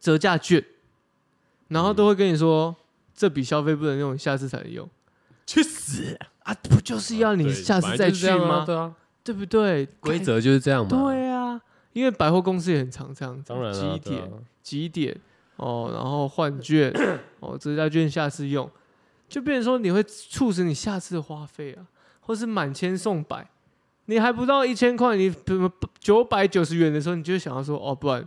S2: 折价券，然后都会跟你说、这笔消费不能用，下次才能用
S1: 去死！
S2: 啊！不就是要你
S1: 对
S2: 下次
S1: 本来
S2: 再去
S1: 就是这样
S2: 吗？
S1: 啊对啊，
S2: 对不对？
S1: 规则就是这样嘛。
S2: 对啊，因为百货公司也很常这样子，
S1: 当然了、
S2: 几
S1: 啊，对
S2: 点、
S1: 啊
S2: 几点哦，然后换券哦，折价券下次用，就变成说你会促使你下次的花费啊，或是满千送百，你还不到一千块，你怎么九百九十元的时候，你就会想要说哦，不然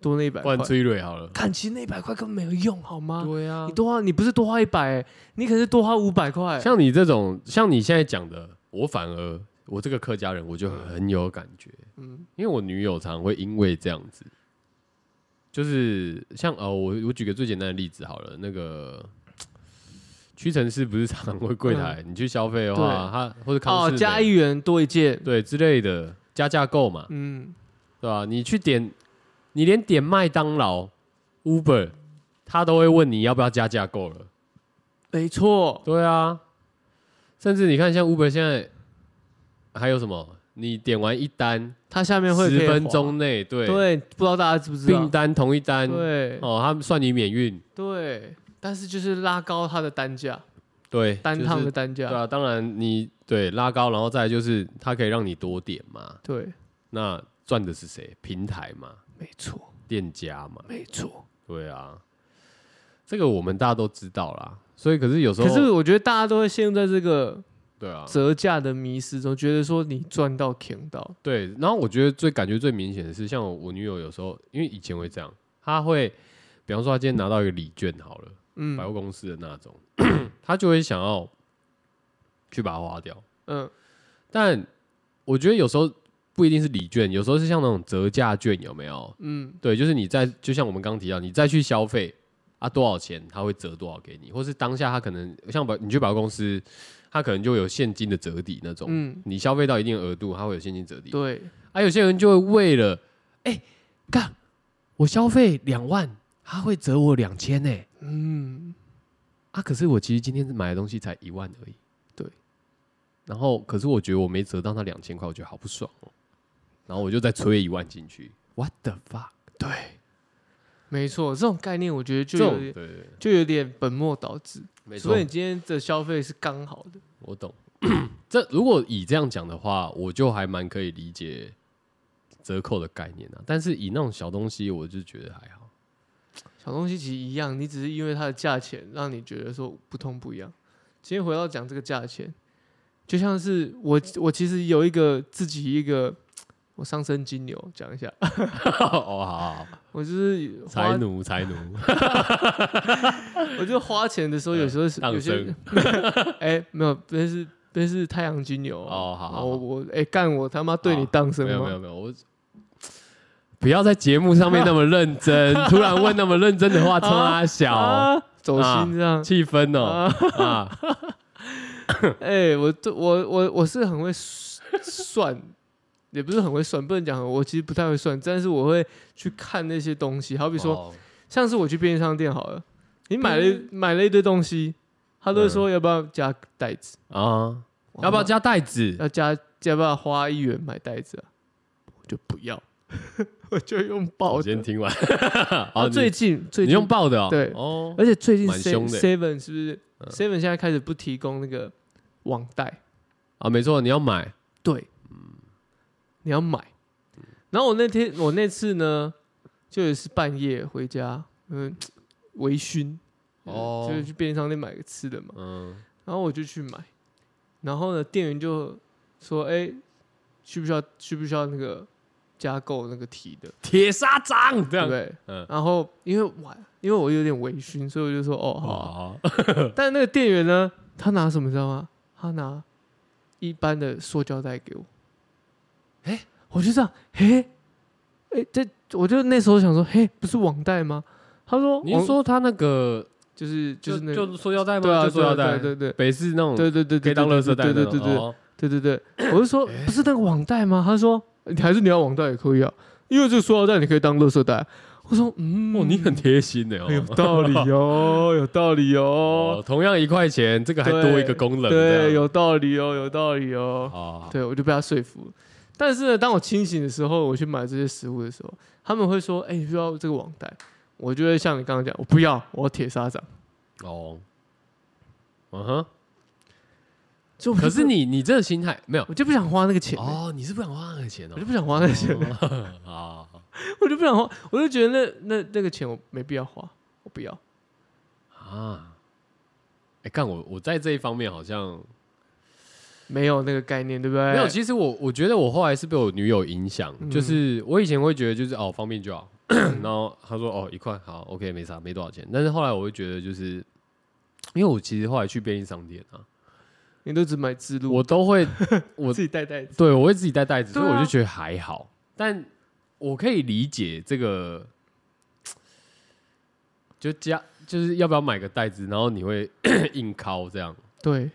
S2: 多那一百
S1: 不
S2: 块
S1: 然，追蕊好了。
S2: 看其实那一百块根本没有用，好吗？
S1: 对啊
S2: 你，多花，你不是多花一百、欸你可是多花五百块。哦
S1: 像你这种，像你现在讲的，我反而我这个客家人，我就很有感觉，
S2: 嗯，
S1: 因为我女友常会因为这样子，就是像哦，我我举个最简单的例子好了，那个。屈臣氏不是常常会柜台，你去消费的话，
S2: 嗯对
S1: 它或者康
S2: 哦，
S1: 士美、
S2: 加一元多一件，
S1: 对之类的加价购嘛，
S2: 嗯，
S1: 对吧、你去点，你连点麦当劳、Uber，他都会问你要不要加价购了。
S2: 没错，
S1: 对啊，甚至你看像 Uber 现在还有什么？你点完一单，
S2: 它下面会可以
S1: 十分
S2: 划
S1: 钟内对
S2: 对，不知道大家知不知
S1: 订
S2: 道？
S1: 单同一单
S2: 对
S1: 哦，他们算你免运，
S2: 对，但是就是拉高它的单价，
S1: 对
S2: 单趟
S1: 就
S2: 的
S1: 是
S2: 单
S1: 对
S2: 价，
S1: 啊，当然你对拉高，然后再来就是它可以让你多点嘛，
S2: 对，
S1: 那赚的是谁？平台嘛，
S2: 没错，
S1: 店家嘛，
S2: 没错。
S1: 对啊，这个我们大家都知道啦，所以可是有时候
S2: 可是我觉得大家都会陷入在这个
S1: 对啊，
S2: 折价的迷失中，觉得说你赚到舔到，
S1: 对，然后我觉得最感觉最明显的是，像我女友有时候，因为以前会这样，她会，比方说她今天拿到一个礼券好了，百
S2: 嗯
S1: 货公司的那种， <clears throat> 她就会想要去把它花掉。
S2: 嗯，
S1: 但我觉得有时候不一定是礼券，有时候是像那种折价券，有没有？
S2: 嗯，
S1: 对，就是你再就像我们刚提到，你再去消费啊，多少钱他会折多少给你，或是当下他可能像百你去百货公司，他可能就有现金的折抵那种。
S2: 嗯，
S1: 你消费到一定额度，它会有现金折抵。
S2: 对，
S1: 啊，有些人就会为了，哎、干，我消费两万，他会折我两千呢。
S2: 嗯，
S1: 啊，可是我其实今天买的东西才一万而已。
S2: 对。
S1: 然后，可是我觉得我没折到那两千块，我觉得好不爽哦。然后我就再吹一万进去。What the fuck？
S2: 对，没错，这种概念我觉得
S1: 这
S2: 就
S1: 种对
S2: 有点
S1: 对对，
S2: 就有点本末倒置，
S1: 没
S2: 除
S1: 错
S2: 非，你今天的消费是刚好的，
S1: 我懂。 <clears throat> 这如果以这样讲的话，我就还蛮可以理解折扣的概念啊。但是以那种小东西，我就觉得还好。 <laughs>
S2: 小东西其实一样，你只是因为它的价钱让你觉得说不痛不痒。今天回到讲这个价钱，就像是我我其实有一个自己一个我上升金牛，讲一下， <laughs>
S1: 哦，好好，好
S2: 我就是
S1: 财
S2: 花
S1: 奴，财
S2: <laughs>
S1: 奴。
S2: 我就花钱的时
S1: 呃
S2: 候，有时候是
S1: 荡
S2: 有些
S1: 生
S2: 哎、没有，那是那是太阳金牛啊
S1: 哦好好好
S2: 我我哎干、我他妈对你当生
S1: 没有没
S2: 吗？
S1: 有没有，我不要在节目上面那么认
S2: <laughs>
S1: 真，突然问那么认真的话，冲他小
S2: 啊，走心这样，
S1: 气氛哦啊，
S2: 哎、我这我我我是很会算，也不是很会算，不能讲很我其实不太会算，但是我会去看那些东西，好
S1: 比
S2: 比说，像是我去便利商店好了，你买了一
S1: 嗯
S2: 买了一堆东西，他都会说要不要加袋子，
S1: 啊，要不要加袋子？
S2: 要加要不要花一元买袋子啊？我就不要， <laughs> 哦我就用爆
S1: 我
S2: 的
S1: 先。听完，
S2: 啊，
S1: 哦，
S2: 最
S1: 你
S2: 近最
S1: 你
S2: 近
S1: 用爆的哦，
S2: 对
S1: 哦，
S2: 而且最近
S1: 蛮凶的
S2: Seven 是不是
S1: 嗯
S2: Seven 现在开始不提供那个网贷？
S1: 啊，没错，你要买，
S2: 对，你要买。然后我那天我那次呢，就也是半夜回家，嗯，微醺，
S1: 哦
S2: 哦，就是去便利商店买个吃的嘛。
S1: 嗯，
S2: 然后我就去买，然后呢，店员就说：“哎、需不需要需不需要那个加购那个提的，
S1: 铁砂掌这
S2: 对不
S1: 样，
S2: 对？”
S1: 嗯，
S2: 然后因为我因为我有点微醺，所以我就说：“哦，好啊、
S1: 好，
S2: 但那个店员呢，他拿什么你知道吗？他拿一般的塑胶袋给我。哎、我就这样，嘿、哎、这我就那时候想说，嘿、不是网袋吗？他说，
S1: 你
S2: 网
S1: 是说他那个
S2: 就是就是那
S1: 就塑料袋吗？
S2: 对啊，
S1: 就塑料袋，
S2: 对对
S1: 北市那种
S2: 对对对对，
S1: 嗯可以当垃圾袋
S2: 对
S1: 那
S2: 对
S1: 种，
S2: 对对
S1: 哦
S2: 对对对，我就说不是那个网袋吗？他说你还是你要网袋也可以啊，因为这个塑料袋你可以当垃圾袋。我说嗯，
S1: 哦，你很贴心的哦
S2: 很，有道理哦，有道理哦，
S1: <laughs> 哦，同样一块钱，这个还多一个功能，这
S2: 对，
S1: 样
S2: 有道理哦，有道理哦。
S1: 哦，
S2: 对，我就被他说服了。但是呢，当我清醒的时候，我去买这些食物的时候，他们会说：“哎、你需要这个网袋。”我就会像你刚刚讲，我不要，我要铁砂掌。
S1: 哦，嗯哼。
S2: 就我
S1: <laughs>
S2: 就
S1: 可是
S2: 不，
S1: 你你这个心态没有
S2: 我就不想花那个钱、嗯
S1: 哦，你是不想花那个钱哦
S2: 我就不想花那个钱，
S1: 啊？哦
S2: 我就不想花， <laughs> 我就觉得那那那个钱我没必要花，我不要。
S1: 啊！哎，干我我在这一方面好像
S2: 没有那个概念，对不对？
S1: 没有。其实我我觉得我后来是被我女友影响，
S2: 嗯
S1: 就是我以前会觉得就是哦方便就好， <clears throat> 然后他说哦一块好，OK 没啥，没多少钱。但是后来我会觉得就是，因为我其实后来去便利商店啊，
S2: 你都只买自录，
S1: 我都会我
S2: 自己带袋子。
S1: 对我会自己带袋子，所以
S2: 对啊
S1: 我就觉得还好。但我可以理解这个，就加就是要不要买个袋子，然后你会 <coughs> 硬敲这样。
S2: 对，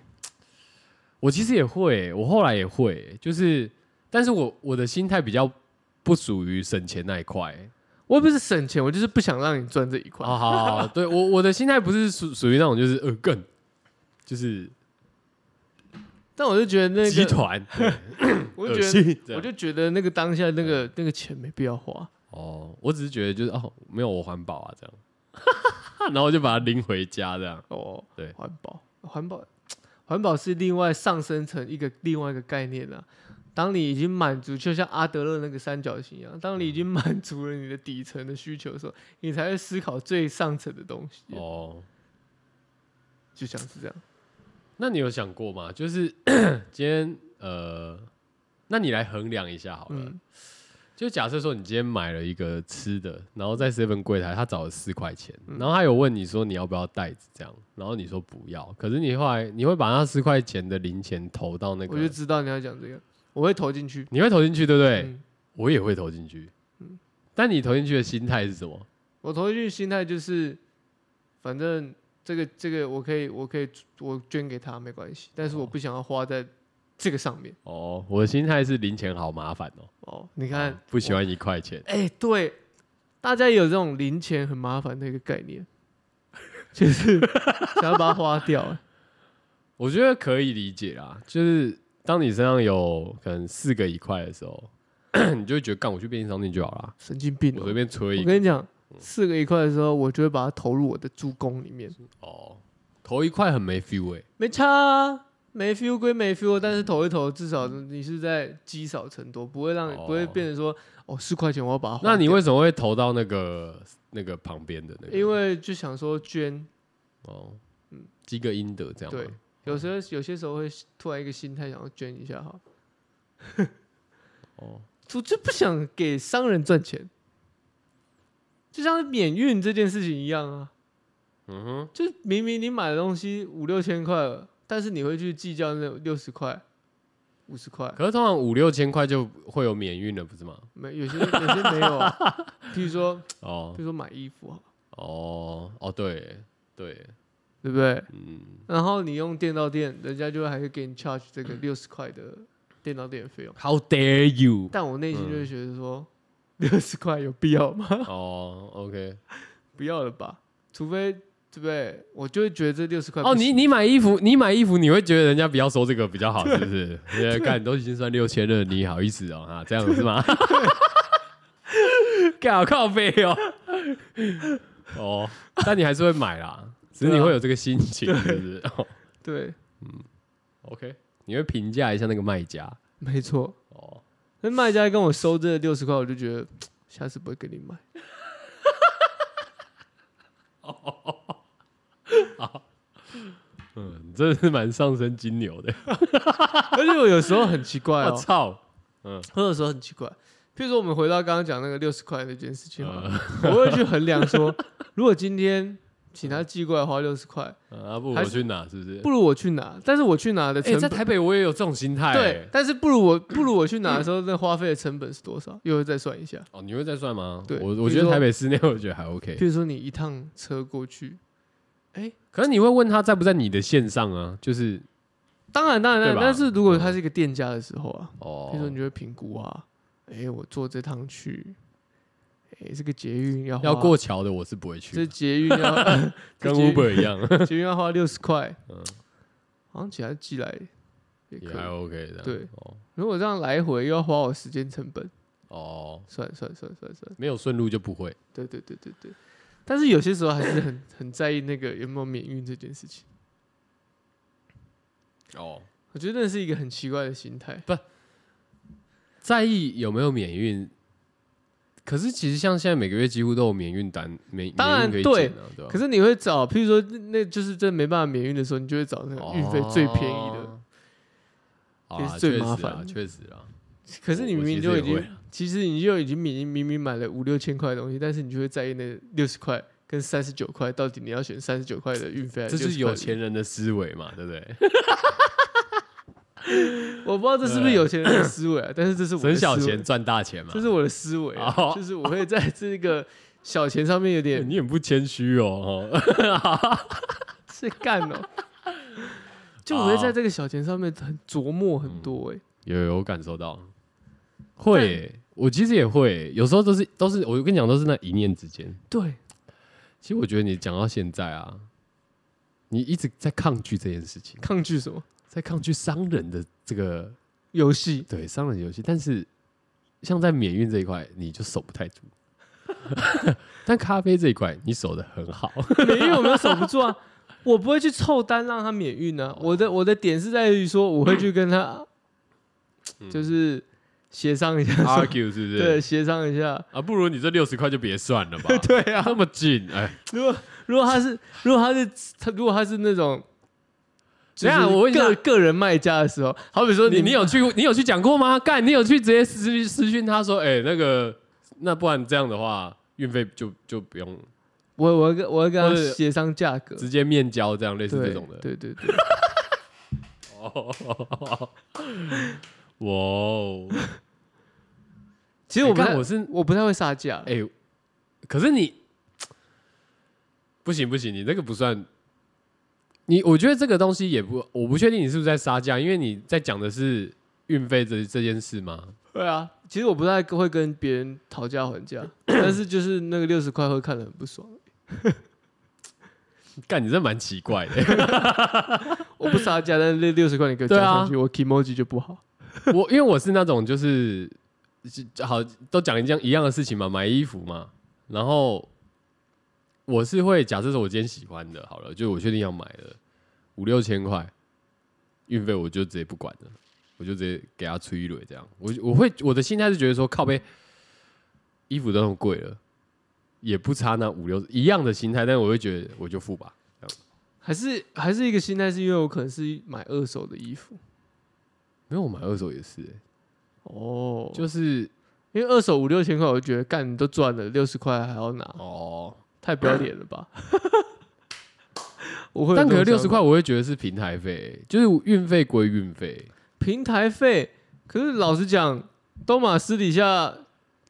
S1: 我其实也会，欸我后来也会，欸就是，但是我我的心态比较不属于省钱那一块。欸
S2: 我也不是省钱，我就是不想让你赚这一块。
S1: 好好好，对我我的心态不是属属于那种就是呃更就是
S2: 但我就觉得那
S1: 集
S2: 个，
S1: 团，
S2: 我
S1: 恶
S2: 就觉
S1: 心
S2: 得
S1: 这，样
S2: 我就觉得那个当下那个那个钱没必要花。
S1: 哦，我只是觉得就是哦没有我环保啊这样， <laughs> 然后就把它拎回家这样。
S2: 哦，
S1: 对
S2: 环保，环保，环保是另外上升成一个另外一个概念啊。当你已经满足，就像阿德勒那个三角形一样，当你已经满足了你的底层的需求的时候，你才会思考最上层的东西。
S1: 哦，
S2: 就像是这样，
S1: 那你有想过吗？就是 <coughs> 今天呃，那你来衡量一下好了。
S2: 嗯
S1: 就假设说你今天买了一个吃的，然后
S2: 嗯
S1: 在 seven 柜台他找了四块钱，然后他有问你说你要不要袋子这样，然后你说不要，可是你后来你会把那四块钱的零钱投到那
S2: 我就
S1: 个，
S2: 知道你要讲这个，我会投进去。
S1: 你会投进去对不对？
S2: 嗯，
S1: 我也会投进去，但你投进去的心态是什么？
S2: 我投进去的心态就是，反正这个这个我可以我可以我捐给他没关系，但是我不想要花在这个上面。
S1: 哦，我的心态是零钱好麻烦哦，
S2: 哦，你看，
S1: 不喜欢一块钱，
S2: 哎、对，大家也有这种零钱很麻烦的一个概念，就是
S1: <laughs>
S2: 想要把它花掉。哎
S1: 我觉得可以理解啦，就是当你身上有可能四个一块的时候， <coughs> 你就会觉得干我去便利商店就好啦，
S2: 神经病、
S1: 我
S2: 哦！
S1: 随便吹一
S2: 我
S1: 个嗯
S2: 跟你讲，四个一块的时候，我就会把它投入我的助攻里面。
S1: 哦，投一块很没 feel 哎、
S2: 没差、啊，没 feel 归没 feel，但是投一投，至少你是在积少成多，不会让、
S1: 哦
S2: 不会变成说哦四块钱我要把它花掉。
S1: 那你为什么会投到那个那个旁边的那个？
S2: 因为就想说捐，
S1: 哦，积个阴德这样吗
S2: 对，有时候有些时候会突然一个心态想要捐一下哈， <laughs>
S1: 哦，
S2: 我就不想给商人赚钱，就像免运这件事情一样啊。
S1: 嗯哼，
S2: 就是明明你买的东西五六千块了，但是你会去计较那六十块、五十块，
S1: 可是通常五六千块就会有免运了，不是吗？
S2: 没有些有些没
S1: <laughs>
S2: 有啊。譬如说，譬
S1: 哦
S2: 如说买衣服啊，
S1: 哦哦，对对，
S2: 对不对？
S1: 嗯，
S2: 然后你用电到店，人家就会还会给你 charge 这个六十块的电到店费用。
S1: How dare
S2: <laughs>
S1: you！
S2: 但我内心就会觉得说，六十块有必要吗？ <laughs>
S1: 哦，OK，
S2: 不要了吧，除非对不对？我就会觉得这六十块
S1: 哦，
S2: 不
S1: 你你买衣服，你买衣服，你会觉得人家不要收这个比较好，是不 <laughs> 是？你觉得干都已经算六千了，你好意思哦啊？这样是 <laughs> 吗？干好靠背哦。哦，但你还是会买啦，只是你会有这个心情，是不 <laughs> 是、哦、
S2: 对，
S1: ？OK，你会评价一下那个卖家
S2: 没错。
S1: 哦。
S2: 那卖家跟我收这六十块，我就觉得下次不会跟你买。 <laughs>
S1: 嗯，你真的是蛮上升金牛的。
S2: 而且我有时候很奇怪
S1: 我
S2: 哦，
S1: 操！
S2: 我有时候很奇怪。譬如说，我们回到刚刚讲那个六十块那件事情好了，
S1: 呃
S2: 我会去衡量说，如果今天请他寄过来花六十块，
S1: 啊，不如
S2: 还
S1: 我
S2: 是
S1: 去哪？是不是？
S2: 不如我去拿。但是我去拿的
S1: 哎、
S2: 成
S1: 在
S2: 本，
S1: 台北我也有这种心态、
S2: 对，。但是不如我不如我去拿的时候，那花费的成本是多少？又会再算一下。
S1: 哦，你会再算吗？
S2: 对
S1: 我
S2: 比
S1: 我
S2: 如
S1: 觉得
S2: 说
S1: 台北市内，我觉得还 OK
S2: 譬。如说，你一趟车过去，
S1: 可是你会问他在不在你的线上啊？就是
S2: 当然当然，
S1: 对
S2: 当然
S1: 吧
S2: 但是如果他是一个店家的时候啊，
S1: 哦
S2: 譬如说你就会评估啊，哎，我坐这趟去，哎，这个捷运要花
S1: 要过，桥的我是不会
S2: 这
S1: 去，
S2: 捷运要这
S1: <laughs> 跟
S2: 捷运
S1: Uber 一样，
S2: 捷运要花六十块，
S1: 嗯
S2: 好像其他寄来 <laughs> 也可
S1: 也还
S2: 以。
S1: OK 的。
S2: 对
S1: 哦
S2: 如果这样来回又要花我时间成本，
S1: 哦，
S2: 算算算算算，
S1: 没有顺路就不会。
S2: 对对对对对。但是有些时候还是很 <coughs> 很在意那个有没有免运这件事情，
S1: 哦，
S2: 我觉得那是一个很奇怪的心态。
S1: 在意有没有免运？可是其实像现在每个月几乎都有免运单，免
S2: 当然
S1: 免运可以
S2: 对
S1: 减啊，对吧？
S2: 可是你会找，譬如说那那就是真的没办法免运的时候，你就会找那
S1: 哦
S2: 个运费最便宜的。
S1: 哦。好啦
S2: 也是最
S1: 确实
S2: 麻
S1: 啊
S2: 烦的
S1: 确实啊。
S2: 可是你
S1: 我我
S2: 明
S1: 其
S2: 明
S1: 实
S2: 就
S1: 也
S2: 已经
S1: 会
S2: 其实你就已经明明明买了五六千块的东西，但是你就会在意那六十块跟三十九块，到底你要选三十九块的运费还
S1: 这
S2: 哎是？
S1: 是有。钱人的思维嘛，对不
S2: <laughs>
S1: 对？
S2: 我不知道这是不是有钱人的思维啊，但是这是我的
S1: 省小
S2: 思维
S1: 钱赚大钱嘛
S2: 这。是我的思维啊、
S1: <laughs> 哦
S2: 就是我会在这个小钱上面有点
S1: 哎 <laughs> 你很不谦虚哦，哦
S2: 是干
S1: <laughs>
S2: 哦，就我会在这个小钱上面很琢磨很
S1: 嗯
S2: 多哎、
S1: 有有感受到，会耶，我其实也会耶，有时候都是都是，我跟你讲，都是那一念之间。
S2: 对，
S1: 其实我觉得你讲到现在啊，你一直在抗拒这件事情，
S2: 抗拒什么
S1: 在抗拒商人的这个
S2: 游戏？
S1: 对商人游戏，但是像在免运这一块，你就守不太住。 <laughs> 但咖啡这一块，你守的很好，
S2: <laughs> 免运有没有守不住啊？我不会去凑单让他免运呢、啊。我的我的点是在于说，我会去跟他，就是协商一下说
S1: 嗯 argue 是不 <laughs> 是？
S2: 对，协商一下。，
S1: 啊，不如你这六十块就别算 <laughs> 了吧
S2: 对啊，
S1: 那么近，哎，
S2: 如果如果他是如果他是他如果他是那种，
S1: 等一下啊我问一下
S2: 个个人卖家的时候，好比说
S1: 你
S2: 你
S1: 你有去你有去讲过吗？干，你有去直接私私讯他说，哎、那个，那不然这样的话，运费就就不用
S2: 我我要跟我要跟
S1: 或
S2: 他
S1: 者
S2: 协商价格，
S1: 直接面交，这样类似
S2: 对
S1: 这种的。
S2: 对对对，
S1: 哦，哇哦，
S2: 其实我不
S1: 看
S2: 太
S1: 我是
S2: 我不太会杀价，
S1: 哎、可是你不行不行，你那个不算。你我觉得这个东西也不，我不确定你是不是在杀价，因为你在讲的是运费这这件事吗？
S2: 对啊，其实我不太会跟别人讨价还 <coughs> 价，但是就是那个六十块会看得很不爽，
S1: 干，你这蛮奇怪的。
S2: 我不杀 <coughs> 价，但是那六十块你给我加
S1: 对啊
S2: 上去，我 emoji 就不好，
S1: <laughs> 我因为我是那种就是就好都讲一样一样的事情嘛，买衣服嘛，然后我是会假设说我今天喜欢的，好了，就我确定要买了五六千块，运费我就直接不管了，我就直接给他催一轮这样。我我会我的心态是觉得说靠背衣服都那么贵了，也不差那五六一样的心态，但我会觉得我就付吧。
S2: 还是还是一个心态，是因为我可能是买二手的衣服
S1: 没有，我买二手也是、欸
S2: 哦，就
S1: 就是
S2: 因为二手五六千块，我就觉得干你都赚了六十块还要拿，
S1: 哦，
S2: 太不要脸了 <coughs> 吧。我会有
S1: 但
S2: 这
S1: 可能
S2: 种
S1: 六十
S2: 想法
S1: 块，我会觉得是平台费，就是运费归运费。
S2: 平台费，可是老实讲，东马私底下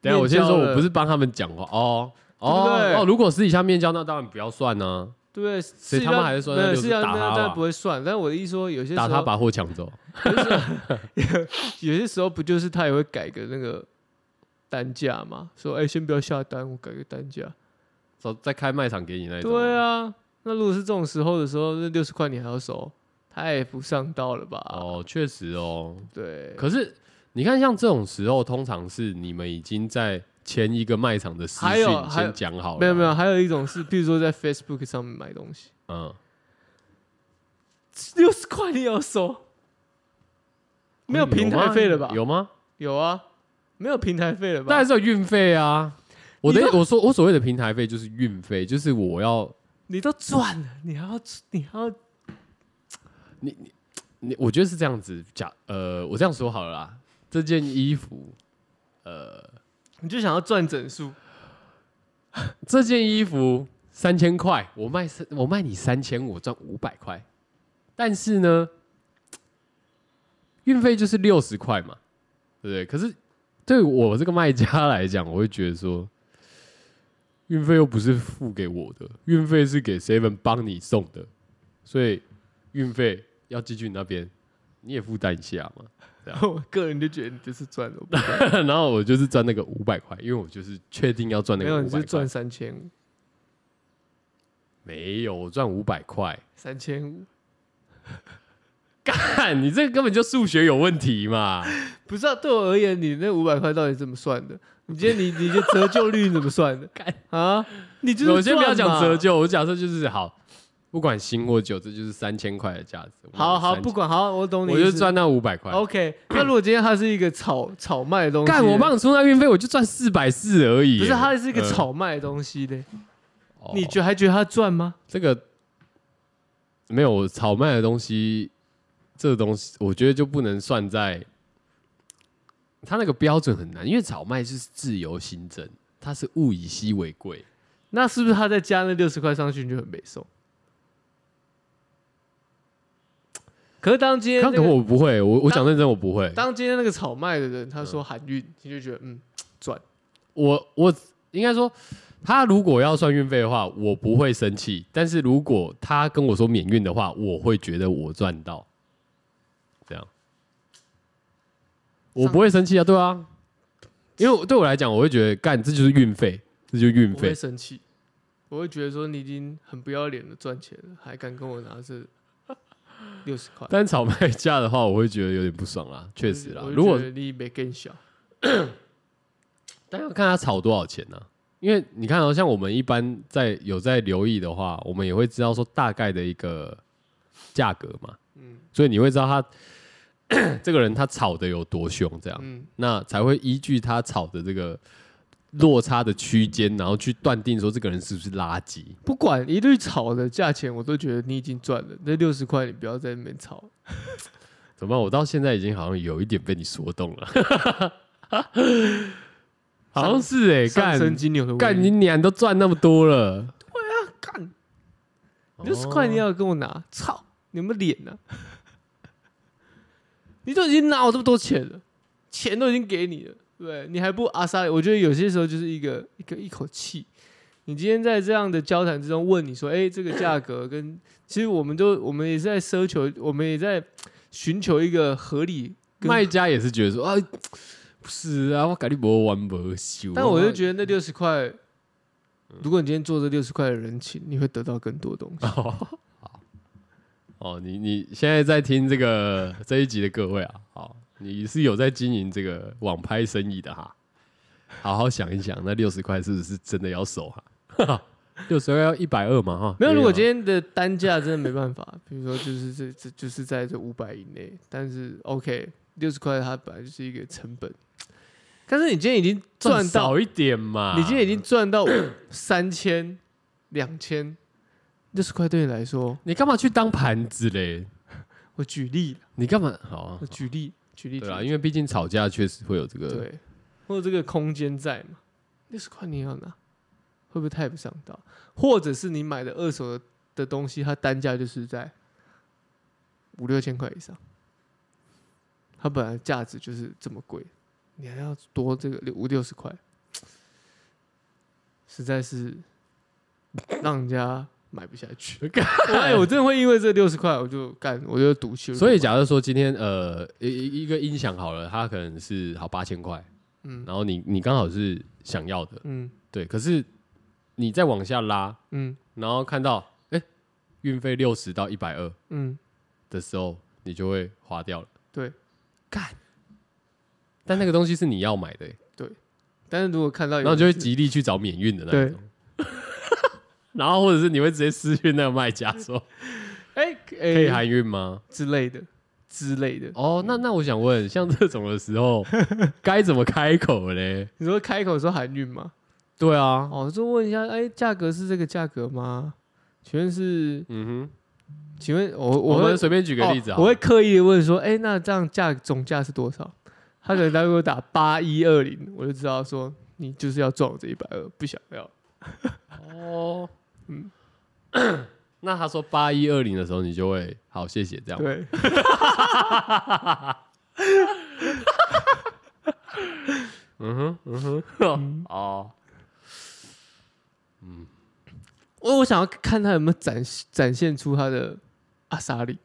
S1: 等一下我先
S2: 面交
S1: 说，
S2: 了
S1: 我不是帮他们讲话哦
S2: 对不对
S1: 哦哦，如果私底下面交，那当然不要算啊呢、
S2: 对不对？
S1: 谁他妈还是说那
S2: 对，
S1: 就是
S2: 是要啊
S1: 打他
S2: 那
S1: 吧
S2: 当然不会算。但我的意思说，有些时
S1: 打他
S2: 候，
S1: 把货抢走。
S2: 有些时候不就是他也会改个那个单价嘛？说哎、先不要下单，我改个单价。
S1: 走，再开卖场给你那一种。
S2: 对啊，那如果是这种时候的时候，那六十块你还要收，太不上道了吧？
S1: 哦，确实哦。
S2: 对，
S1: 可是你看，像这种时候，通常是你们已经在前一个卖场的私
S2: 还有
S1: 讯
S2: 还有
S1: 先讲好了。
S2: 没有没有，，还有一种是，譬如说在 Facebook 上面买东西，
S1: 嗯，
S2: 六十块你也要收，没有平台费了吧？
S1: 嗯有吗？
S2: 有啊，没有平台费了吧？
S1: 当然是有运费啊。我的
S2: 你都
S1: 我说我所谓的平台费就是运费，就是我要
S2: 你都赚了，你还要你还要
S1: 你我觉得是这样子假，呃，我这样说好了啦，这件衣服，
S2: 你就想要赚整数，
S1: 这件衣服三千块，我卖三，我卖你三千，我赚五百块，但是呢，运费就是六十块嘛，对不对？可是对我这个卖家来讲，我会觉得说，运费又不是付给我的，运费是给 Seven 帮你送的，所以运费要寄去你那边，你也负担一下嘛。
S2: 然后我个人就觉得你这是赚了，
S1: <laughs> 然后我就是赚那个五百块，因为我就是确定要赚那
S2: 没
S1: 个
S2: 有你
S1: 五
S2: 就
S1: 百
S2: 赚
S1: 块。
S2: 三千五，
S1: 没有，我赚五百块。
S2: 三千五
S1: 干，你这个根本就数学有问题嘛！
S2: 不是啊？对我而言，你那五百块到底怎么算的？你今天你你就折旧率怎么算的
S1: <laughs> 干
S2: 啊？你就是
S1: 我先不要
S2: 赚
S1: 讲
S2: 嘛
S1: 折，旧，我假设就是好，不管新或旧，这就是三千块的价值。我买
S2: 好好
S1: 3000
S2: 不，管好，我懂你意
S1: 我
S2: 思，
S1: 就赚那五百块。
S2: OK。那如果今天它是一个炒炒卖的东西，
S1: 干，我帮你出那运费，我就赚四百四而已。
S2: 不是它是一个
S1: 嗯，
S2: 炒卖的东西的，
S1: 哦
S2: 你觉还觉得它赚吗？
S1: 这个没有炒卖的东西，这个东西我觉得就不能算在它那个标准很难，因为草麦是自由新政，它是物以稀为贵。
S2: 那是不是他再加那六十块上去你就很没送？可是当今天、
S1: 可
S2: 那
S1: 可
S2: 个
S1: 我不会，我我讲认真，我不会。
S2: 当今天那个炒卖的人他
S1: 嗯
S2: 说含运，你就觉得嗯赚。
S1: 我我应该说，他如果要算运费的话，我不会生气；但是如果他跟我说免运的话，我会觉得我赚到。这样，我不会生气啊，对啊，因为我对我来讲，我会觉得干这就是运费，这就是运
S2: 我
S1: 费
S2: 会。生气，我会觉得说你已经很不要脸的赚钱了，还敢跟我拿
S1: <laughs>
S2: 这六十块？
S1: 但炒卖价的话，我会觉得有点不爽啦，确实啦
S2: 我。就
S1: 如果
S2: 觉得你没更小，
S1: 但要看他炒多少钱呢、因为你看哦，像我们一般在有在留意的话，我们也会知道说大概的一个价格嘛，嗯，所以你会知道他这个人他 <coughs> 炒的有多凶，这样，
S2: 嗯，
S1: 那才会依据他炒的这个落差的区间，然后去断定说这个人是不是垃圾。
S2: 不管一律炒的价钱，我都觉得你已经赚了。那六十块你不要在那边炒，
S1: 怎么办？我到现在已经好像有一点被你说动了， <laughs> 好像是哎、
S2: 上
S1: 干
S2: 升金牛的威
S1: 干你
S2: 力
S1: 娘都赚那么多了，
S2: 干六十
S1: 哦
S2: 块你要跟我拿，操，你有没有脸呢、 <laughs> 你都已经拿我这么多钱了，钱都已经给你了，对不对，你还不阿萨里？我觉得有些时候就是一个一个一口气。你今天在这样的交谈之中问你说，哎、这个价格跟其实我们都我们也是在奢求，我们也在寻求一个合理跟
S1: 卖家也是觉得说啊，不是啊，我感觉不玩不修。
S2: 但我就觉得那六十块，如果你今天做这六十块的人情，你会得到更
S1: <laughs>
S2: 多东西。
S1: 得，好，哦，你你现在在听这个这一集的各位啊，好，你是有在经营这个网拍生意的哈，好好想一想，那六十块是不是真的要收哈？ <laughs> 六十块要一百二嘛哈？
S2: 没有，如果今
S1: 天
S2: 天的单价真的没办法， <laughs> 比如说就是这这就是在这五百以内，但是 OK，六十块它本来就是一个成本，但是你今天已经
S1: 赚
S2: 赚到，
S1: 少一点嘛，
S2: 你今天已经赚到 <coughs> 三千、两千，六十块对你来说，
S1: 你干嘛去当盘子嘞？
S2: 我举例，
S1: 你干嘛？好、啊
S2: 我，举例，举例，
S1: 对啊，
S2: 举例
S1: 因为毕竟吵架确实会有这个，
S2: 对，或者这个空间在嘛，六十块你也要拿，会不会太不上道？或者是你买的二手的的东西，它单价就是在五六千块以上，它本来价值就是这么贵，你还要多这个六五六十块，实在是让人家买不下去。
S1: <laughs>
S2: 哎，我真的会因为这六十块，我就干，我就赌气。
S1: 所以，假如说今天呃一一一个音响好了，它可能是好八千块，
S2: 嗯
S1: 然后你你刚好是想要的，
S2: 嗯
S1: 对，可是你再往下拉，
S2: 嗯
S1: 然后看到哎运费六十到一百二
S2: 嗯，
S1: 的时候，你就会花掉了。
S2: 对。
S1: 但那个东西是你要买的、欸
S2: 但是如果看到有
S1: 然后你就会
S2: 人是
S1: 极力去找免运的那一种。 <laughs> 然后或者是你会直接私讯那个卖家说
S2: 哎、哎
S1: 可以含运吗？
S2: 之类的之类的。
S1: <laughs> 哦，那那我想问，像这种的时
S2: <laughs>
S1: 候该怎么开口嘞？
S2: 你说开口说韩运吗？
S1: 对啊，
S2: 哦，就问一下，哎，价格是这个价格吗？请问是？
S1: 嗯哼。
S2: 请问我
S1: 我
S2: 会
S1: 们随便举
S2: 举
S1: 个例子啊、
S2: 我会刻意的问说，哎，那这样价总价是多少？他可能他给我打八一二零，我就知道说你就是要赚我这一百二，不想要。
S1: 哦，嗯， <coughs> 那他说八一二零的时候，你就会好谢谢这样。
S2: 对，
S1: 哦，
S2: 我我想要看他有没有展展现出他的阿萨里。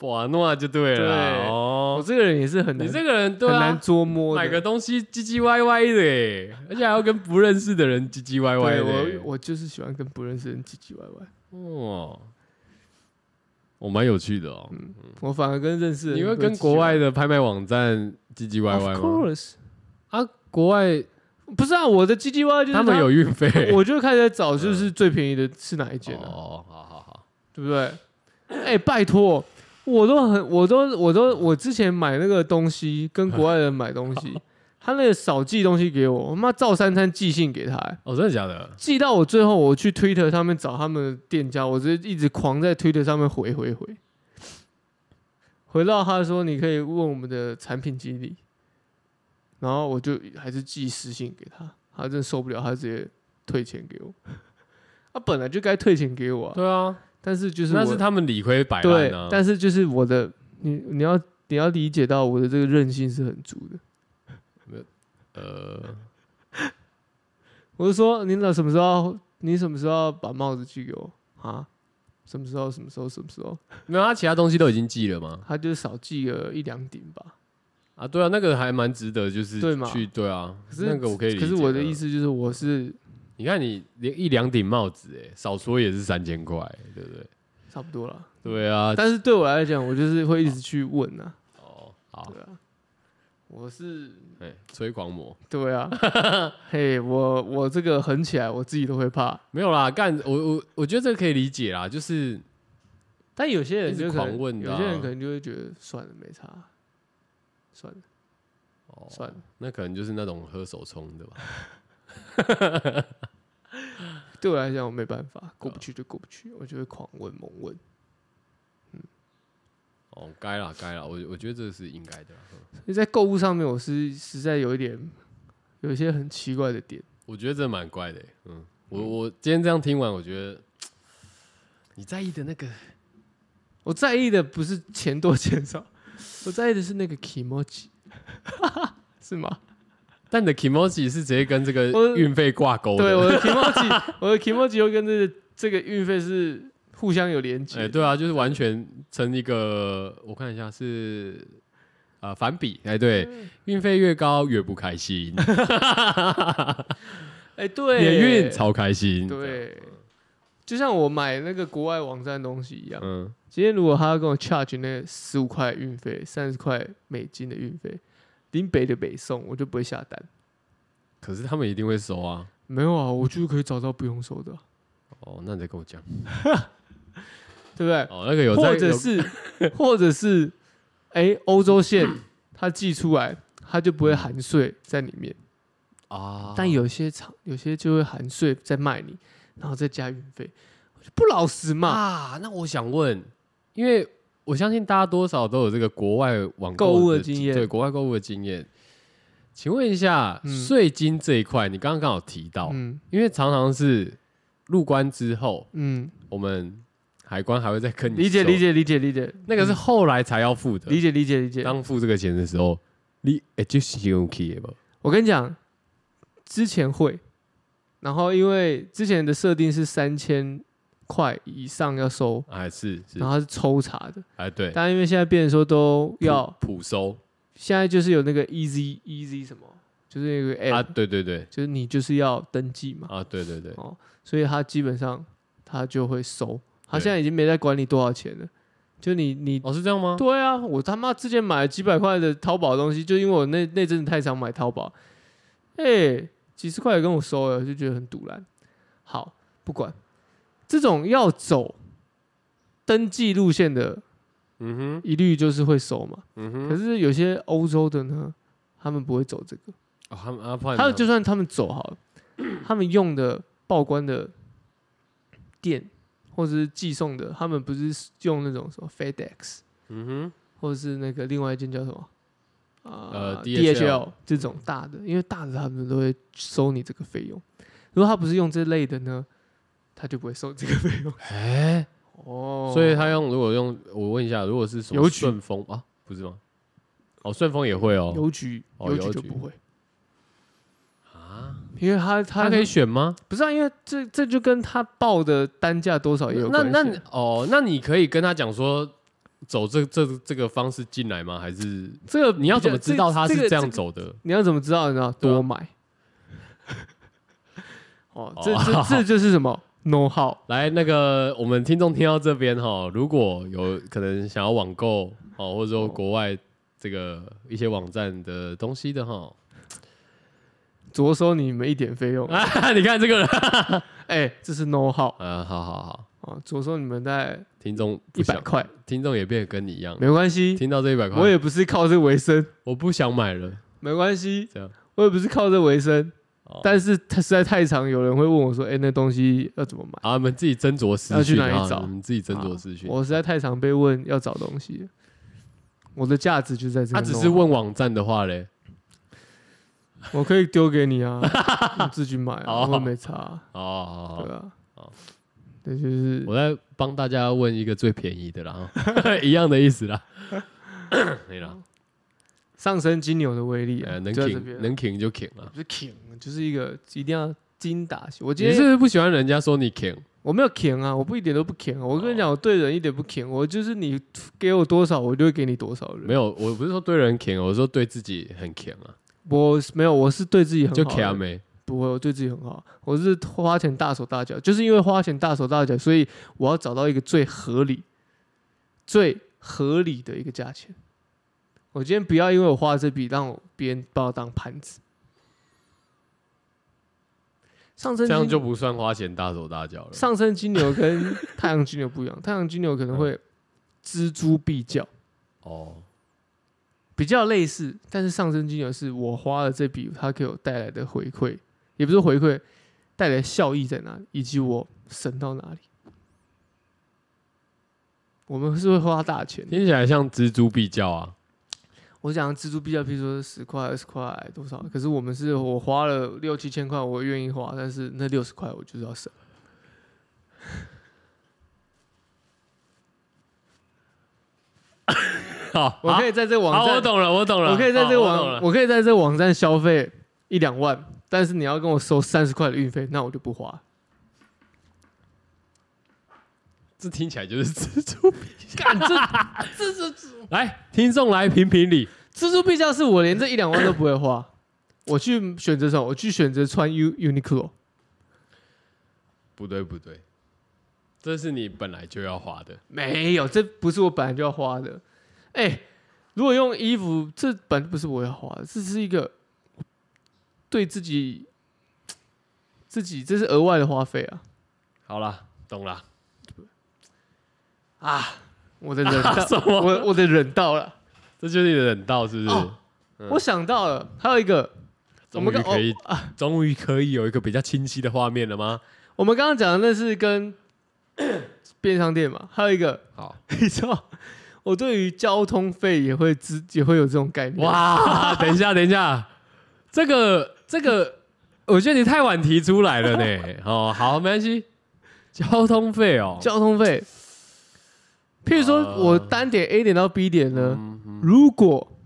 S1: 哇，那就对了啦
S2: 对我
S1: 哦。
S2: 这个人也是很难，
S1: 你这个人对
S2: 很
S1: 啊
S2: 难，捉摸的。
S1: 买个东西唧唧歪歪的欸，而且还要跟不认识的人唧唧歪歪
S2: 对
S1: 的欸。
S2: 我我就是喜欢跟不认识的人唧唧歪歪。
S1: 哦，我蛮有趣的哦。
S2: 我反而跟认识的人
S1: 你会
S2: 嗯都是
S1: 跟国外的拍卖网站唧唧歪歪
S2: Of
S1: 吗？
S2: course，
S1: 啊，国外
S2: 不是啊，我的唧唧歪歪就是
S1: 他们有运费。
S2: <laughs> 他，我就开始在找就是最便宜的是哪一间啊，
S1: 哦，好好好，
S2: 对不对？哎，拜托，我都很，我都，我都，我之前买那个东西，跟国外人买东西，他那个少寄东西给我，我妈照三餐寄信给他、哎
S1: 哦，真的假的？
S2: 寄到我最后，我去 Twitter 上面找他们的店家，我直接一直狂在 Twitter 上面回回回。回到他说你可以问我们的产品经理，然后我就还是寄私信给他，他真的受不了，他直接退钱给我。 <laughs> 他本来就该退钱给我、啊，
S1: 对啊，
S2: 但是就是我
S1: 那是他们理亏摆
S2: 对
S1: 烂啊，。
S2: 但是就是我的你你要你要理解到我的这个韧性是很足的。
S1: 呃，
S2: <laughs> 我就说你老什么时候你什么时候把帽子寄给我啊？什么时候什么时候什么时候？
S1: 没有，他其他东西都已经寄了嘛。
S2: 他就少寄了一两顶吧。
S1: 啊，对啊，那个还蛮值得，就是
S2: 对嘛
S1: 去对啊，
S2: 可是
S1: 那个我可以理
S2: 可
S1: 解。
S2: 是我的意，思就是，我是
S1: 你看你连一两顶帽子，哎，少说也是三千块，对不对？
S2: 差不多了。
S1: 对啊，
S2: 但是对我来讲，我就是会一直去问啊，
S1: 哦，好，
S2: 对啊，我是
S1: 哎，吹狂魔
S2: 对啊， <laughs> 嘿，我我这个狠起来，我自己都会怕。
S1: 没有啦，干我我我觉得这个可以理解啦，就是
S2: 但有些人就可
S1: 一直
S2: 能
S1: 狂问的啊
S2: 有些人可能就会觉得算了，没差，算了
S1: 哦，
S2: 算了。
S1: 那可能就是那种喝手冲的吧。
S2: 对我来讲，我没办法，过
S1: 嗯
S2: 不去就过不去，我就会狂问猛问。
S1: 哦，该啦该啦，我我觉得这是应该的啦。嗯
S2: 所以在购物上面，我是实在有一点有一些很奇怪的点。
S1: 我觉得这蛮怪的欸，嗯，我我今天这样听完，我觉得你在意的那
S2: <laughs>
S1: 个
S2: 我在意的不是钱多钱少，我在意的是那个 emoji，是吗？
S1: 但你的 emoji 是直接跟这
S2: 我
S1: 个运费挂钩的。
S2: 对，我的 emoji，我 <laughs> 的 emoji 又跟这个这个运费是互相有连
S1: 哎、
S2: 接。
S1: 对啊，就是完全成一个，我看一下是啊、呃反比，哎、对，
S2: 嗯
S1: 运费越高越不开心，
S2: 哎， <laughs> 对，
S1: 免运超嗯开心，
S2: 对，就像我买那个国外网站东西一样，
S1: 嗯，
S2: 今天如果他要跟我 charge 那十五块运费、三十块美金的运费，林北的北送，我就不会下单。
S1: 可是他们一定会收啊，
S2: 没有啊，我就可以找到不用收的啊，
S1: 哦，那你再跟我讲，
S2: 对不对？
S1: 哦，那个有在，
S2: 或者
S1: 有
S2: 是，或者是，哎、欧洲线它寄出来，它就不会含税在里面。
S1: 啊，
S2: 但有些厂有些就会含税再卖你，然后再加运费，我就不老实嘛。
S1: 啊，那我想问，因为我相信大家多少都有这个国外网
S2: 购物的
S1: 的
S2: 经验
S1: 对国外购物的经验。请问一下，
S2: 嗯
S1: 税金这一块，你刚刚刚好提到，
S2: 嗯
S1: 因为常常是入关之后，
S2: 嗯，
S1: 我们海关还会再跟你
S2: 理解
S1: 收
S2: 理，解理解理解，嗯
S1: 那个是后来才要付的。
S2: 理解理解理解。
S1: 当付这个钱的时候，你哎就是用 key 吧？
S2: 我跟你讲，之前会，然后因为之前的设定是三千块以上要收，
S1: 哎是是
S2: 然后它是抽查的，
S1: 哎对，
S2: 啊
S1: 嗯
S2: 但因为现在变成说都要
S1: 普收
S2: 现在就是有那个 easy easy 什么，就是有个 app，、
S1: 啊，对对对
S2: 就是你就是要登记嘛，
S1: 啊对对对，
S2: 哦，所以他基本上他就会收，他
S1: 对
S2: 现在已经没在管你多少钱了，就你你。
S1: 哦是这样吗？
S2: 对啊，我他妈之前买了几百块的淘宝的东西，就因为我那那阵子太常买淘宝，哎、几十块也跟我收了，就觉得很堵然。好，不管这种要走登记路线的，
S1: 嗯哼
S2: 一律就是会收嘛。
S1: 嗯哼，
S2: 可是有些欧洲的呢，他们不会走这个，
S1: 哦他们啊不然
S2: 还有
S1: 呢
S2: 就算他们走好了， <clears throat> 他们用的报关的店或者是寄送的，他们不是用那种什么 FedEx
S1: 嗯哼。
S2: 或者是那个另外一件叫什么？啊
S1: 呃
S2: DHL 这种大的，因为大的他们都会收你这个费用。如果他不是用这类的呢，他就不会收这个费用。
S1: 哎、
S2: 哦
S1: 所以他用如果用我问一下，如果是什么
S2: 邮局
S1: 顺丰啊，不是吗？哦，顺丰也会哦，
S2: 邮局
S1: 哦
S2: 邮局
S1: 邮
S2: 就
S1: 局
S2: 不会，
S1: 啊，
S2: 因为他他
S1: 他可以选吗？
S2: 不是啊，因为这这就跟他报的单价多少也有
S1: 那
S2: 关系
S1: 那你哦，那你可以跟他讲说，走这这这个方式进来吗？还是
S2: 这个
S1: 你要
S2: 比较
S1: 怎么知道他
S2: 这
S1: 是
S2: 个
S1: 这样
S2: 个
S1: 走的？
S2: 你要怎么知道？你知道
S1: 对啊
S2: 多 <laughs> 买。哦，这
S1: 哦
S2: 这这就是什么 know how？
S1: 来，那个我们听众听到这边哈，如果有可能想要网购哦，或者说国外这个一些网站的东西的哈，
S2: 哦着收你们一点费用。
S1: 啊，你看这个人，
S2: 哎，这是 know how
S1: 啊，好好好，
S2: 啊，着收你们大概
S1: 听众不
S2: 一百
S1: 想，
S2: 块，
S1: 听众也变得跟你一样，
S2: 没关系。
S1: 听到这一百块，
S2: 我也不是靠这为生，
S1: 我不想买了，
S2: 没关系
S1: 这样。
S2: 我也不是靠这为生，
S1: 哦
S2: 但是他实在太常有人会问我说：“哎，那东西要怎么买
S1: 好，啊我们自己斟酌私
S2: 要去
S1: 讯
S2: 哪里
S1: 啊，
S2: 找
S1: 我们自己斟酌私？”讯。
S2: 我实在太常被问要找东西了。我的价值就在这
S1: 他
S2: 个 know-how。
S1: 只是问网站的话嘞，
S2: 我可以丢给你
S1: <laughs>
S2: 啊，你自己买啊，
S1: 哦
S2: 我也没差啊，
S1: 哦，
S2: 对啊
S1: 好，
S2: 对，就是
S1: 我在帮大家问一个最便宜的啦，哈 <laughs> 一样的意
S2: <coughs>
S1: 思啦。对啦，
S2: 上升金牛的威力啊
S1: 呃，，能
S2: 就在这边
S1: 挺
S2: 啊
S1: 能挺就挺啦。
S2: 不是挺，就是一个一定要精打细。我今
S1: 你
S2: 天
S1: 是不是不喜欢人家说你挺？
S2: 我没有舔啊，我不一点都不舔啊。我
S1: 哦
S2: 跟你讲，我对人一点不舔，我就是你给我多少，我就会给你多少人。
S1: 没有，我不是说对人挺，我说对自己很挺啊，
S2: 我是没有，我是对自己很好
S1: 就
S2: 的，
S1: 挺啊没。
S2: 不会，我对自己很好。我是花钱大手大脚，就是因为花钱大手大脚，所以我要找到一个最合理、最合理的一个价钱。我今天不要因为我花了这笔，让我别人把我当盘子。上升
S1: 这样
S2: 金
S1: 就不算花钱大手大脚了。
S2: 上升金牛跟太阳金牛不一样，太阳金牛
S1: <laughs>
S2: 可能
S1: 嗯
S2: 会锱铢必较，
S1: 哦，
S2: 比较类似，但是上升金牛是我花了这笔，它给我带来的回馈，也不是回馈，带来的效益在哪里，以及我省到哪里。我们是会花大钱的，
S1: 听起来像锱铢必较啊。
S2: 我讲锱铢必较，譬如说十块、二十块多少，可是我们是我花了六七千块，我愿意花，但是那六十块我就是要省。
S1: 好，
S2: 我可以在这个网
S1: 好，
S2: 站
S1: 我懂了，我懂了，
S2: 我可以在这
S1: 好
S2: 个网，
S1: 我懂了
S2: 我可以在这个网站消费一两万，但是你要跟我收三十块的运费，那我就不花。
S1: 这听起来就是 <laughs> 锱铢必较。干这这这来，听众来评评理。
S2: 锱铢必较是我连这一两万都不会花， <coughs> 我去选择什么？我去选择穿 U Uniqlo，
S1: 不对不对，这是你本来就要花的。
S2: 没有，这不是我本来就要花的。哎、如果用衣服，这本来不是我要花的，这是一个对自己自己这是额外的花费啊
S1: 好啦，懂啦。
S2: 啊！我的忍
S1: <laughs> 什
S2: 到，
S1: 么
S2: 我我的忍到了。
S1: 这就是你的忍道，是不是？
S2: 哦
S1: 嗯
S2: 我想到了，还有一个，我
S1: 终
S2: 们
S1: 于
S2: 刚
S1: 可以
S2: 哦啊，
S1: 终于可以有一个比较清晰的画面了吗？
S2: 我们刚刚讲的那是跟 <coughs> 便利商店嘛，还有一个， <laughs>
S1: 好，
S2: 你知道，我对于交通费也会知也会有这种概念。哇，
S1: 哇， <laughs> 等一下，等一下，这个这个，我觉得你太晚提出来了
S2: <laughs>
S1: 呢。哦，好，没关系。交通费哦，
S2: 交通费，譬如说
S1: 啊
S2: 我单点 A 点到 B 点呢，
S1: 嗯嗯
S2: 如果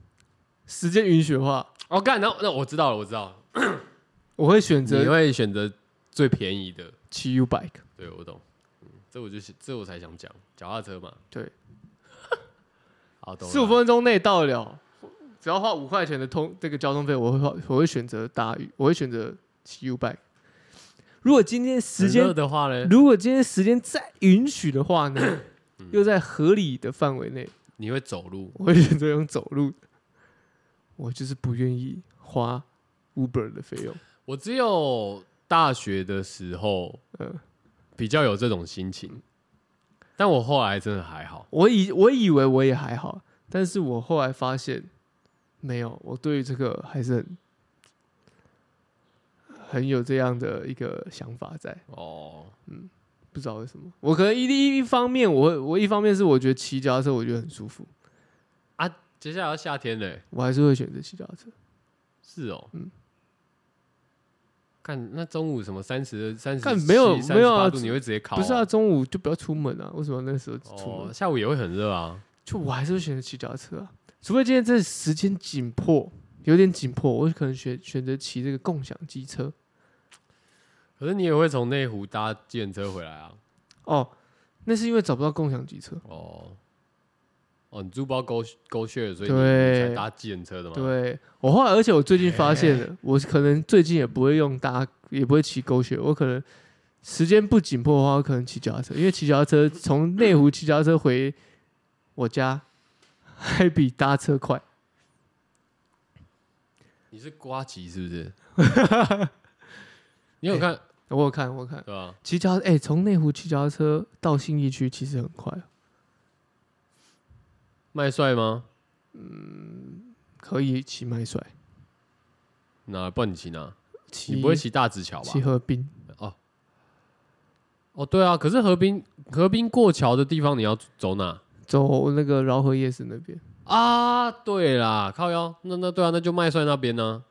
S2: 时间允许的话，
S1: 哦，干，那那我知道了，我知道了，
S2: 我会选
S1: 你
S2: 择
S1: 会选择最便宜的。
S2: 骑 U bike。
S1: 对，我懂。嗯，这我就是这我才想讲，脚踏车嘛。
S2: 对，
S1: <laughs> 好，懂了。
S2: 十五分钟内到得了，只要花五块钱的通这个交通费，我会花我会选择搭，我会选择骑 U bike。如果今天时间
S1: 很热的话呢，
S2: 如果今天时间再允许的话
S1: <coughs>
S2: 呢，
S1: 嗯
S2: 又在合理的范围内，
S1: 你会走路。
S2: 我会选择用走路的。我就是不愿意花 Uber 的费用。
S1: 我只有大学的时候
S2: 嗯，
S1: 比较有这种心情，但我后来真的还好。
S2: 我以我以为我也还好，但是我后来发现没有，我对于这个还是很很有这样的一个想法在。
S1: 哦，
S2: 不知道为什么，我可能一一一方面我会，我一方面是我觉得骑脚踏车我觉得很舒服，
S1: 接下来要夏天嘞，
S2: 我还是会选择骑脚踏车。
S1: 是哦，
S2: 嗯
S1: 看那中午什么三十、三十，
S2: 干没有没有啊
S1: 度，你会直接烤哦、
S2: 不是啊，中午就不要出门啊！为什么那时候出门？
S1: 哦，下午也会很热啊。
S2: 就我还是会选择骑脚踏车啊，除非今天这时间紧迫，有点紧迫，我可能选选择骑这个共享机车。
S1: 可是你也会从内湖搭计程车回来啊？
S2: 哦，那是因为找不到共享机车。
S1: 哦，哦，你珠包勾勾血，所以你
S2: 对
S1: 你才搭计程车的嘛？，
S2: 对我后来，而且我最近发现了，我可能最近也不会用搭，也不会骑狗血，我可能时间不紧迫的话，我可能骑脚踏车，因为骑脚踏车从内湖骑脚踏车回我家还比搭车快。
S1: 你是瓜吉是不是？
S2: <laughs>
S1: 你有看、
S2: 我有看，我有看
S1: 对吧、
S2: 骑脚踏，哎、从内湖骑脚踏车到信义区其实很快。
S1: 麦帅吗？
S2: 可以骑麦帅，
S1: 哪？不然你骑哪？
S2: 骑
S1: 你不会骑大直桥吧
S2: 骑？河滨，
S1: 哦，对啊，可是河滨河滨过桥的地方你要走哪？
S2: 走那个饶河夜市那边，
S1: 啊，对啦，靠腰，那那对啊，那就麦帅那边呢、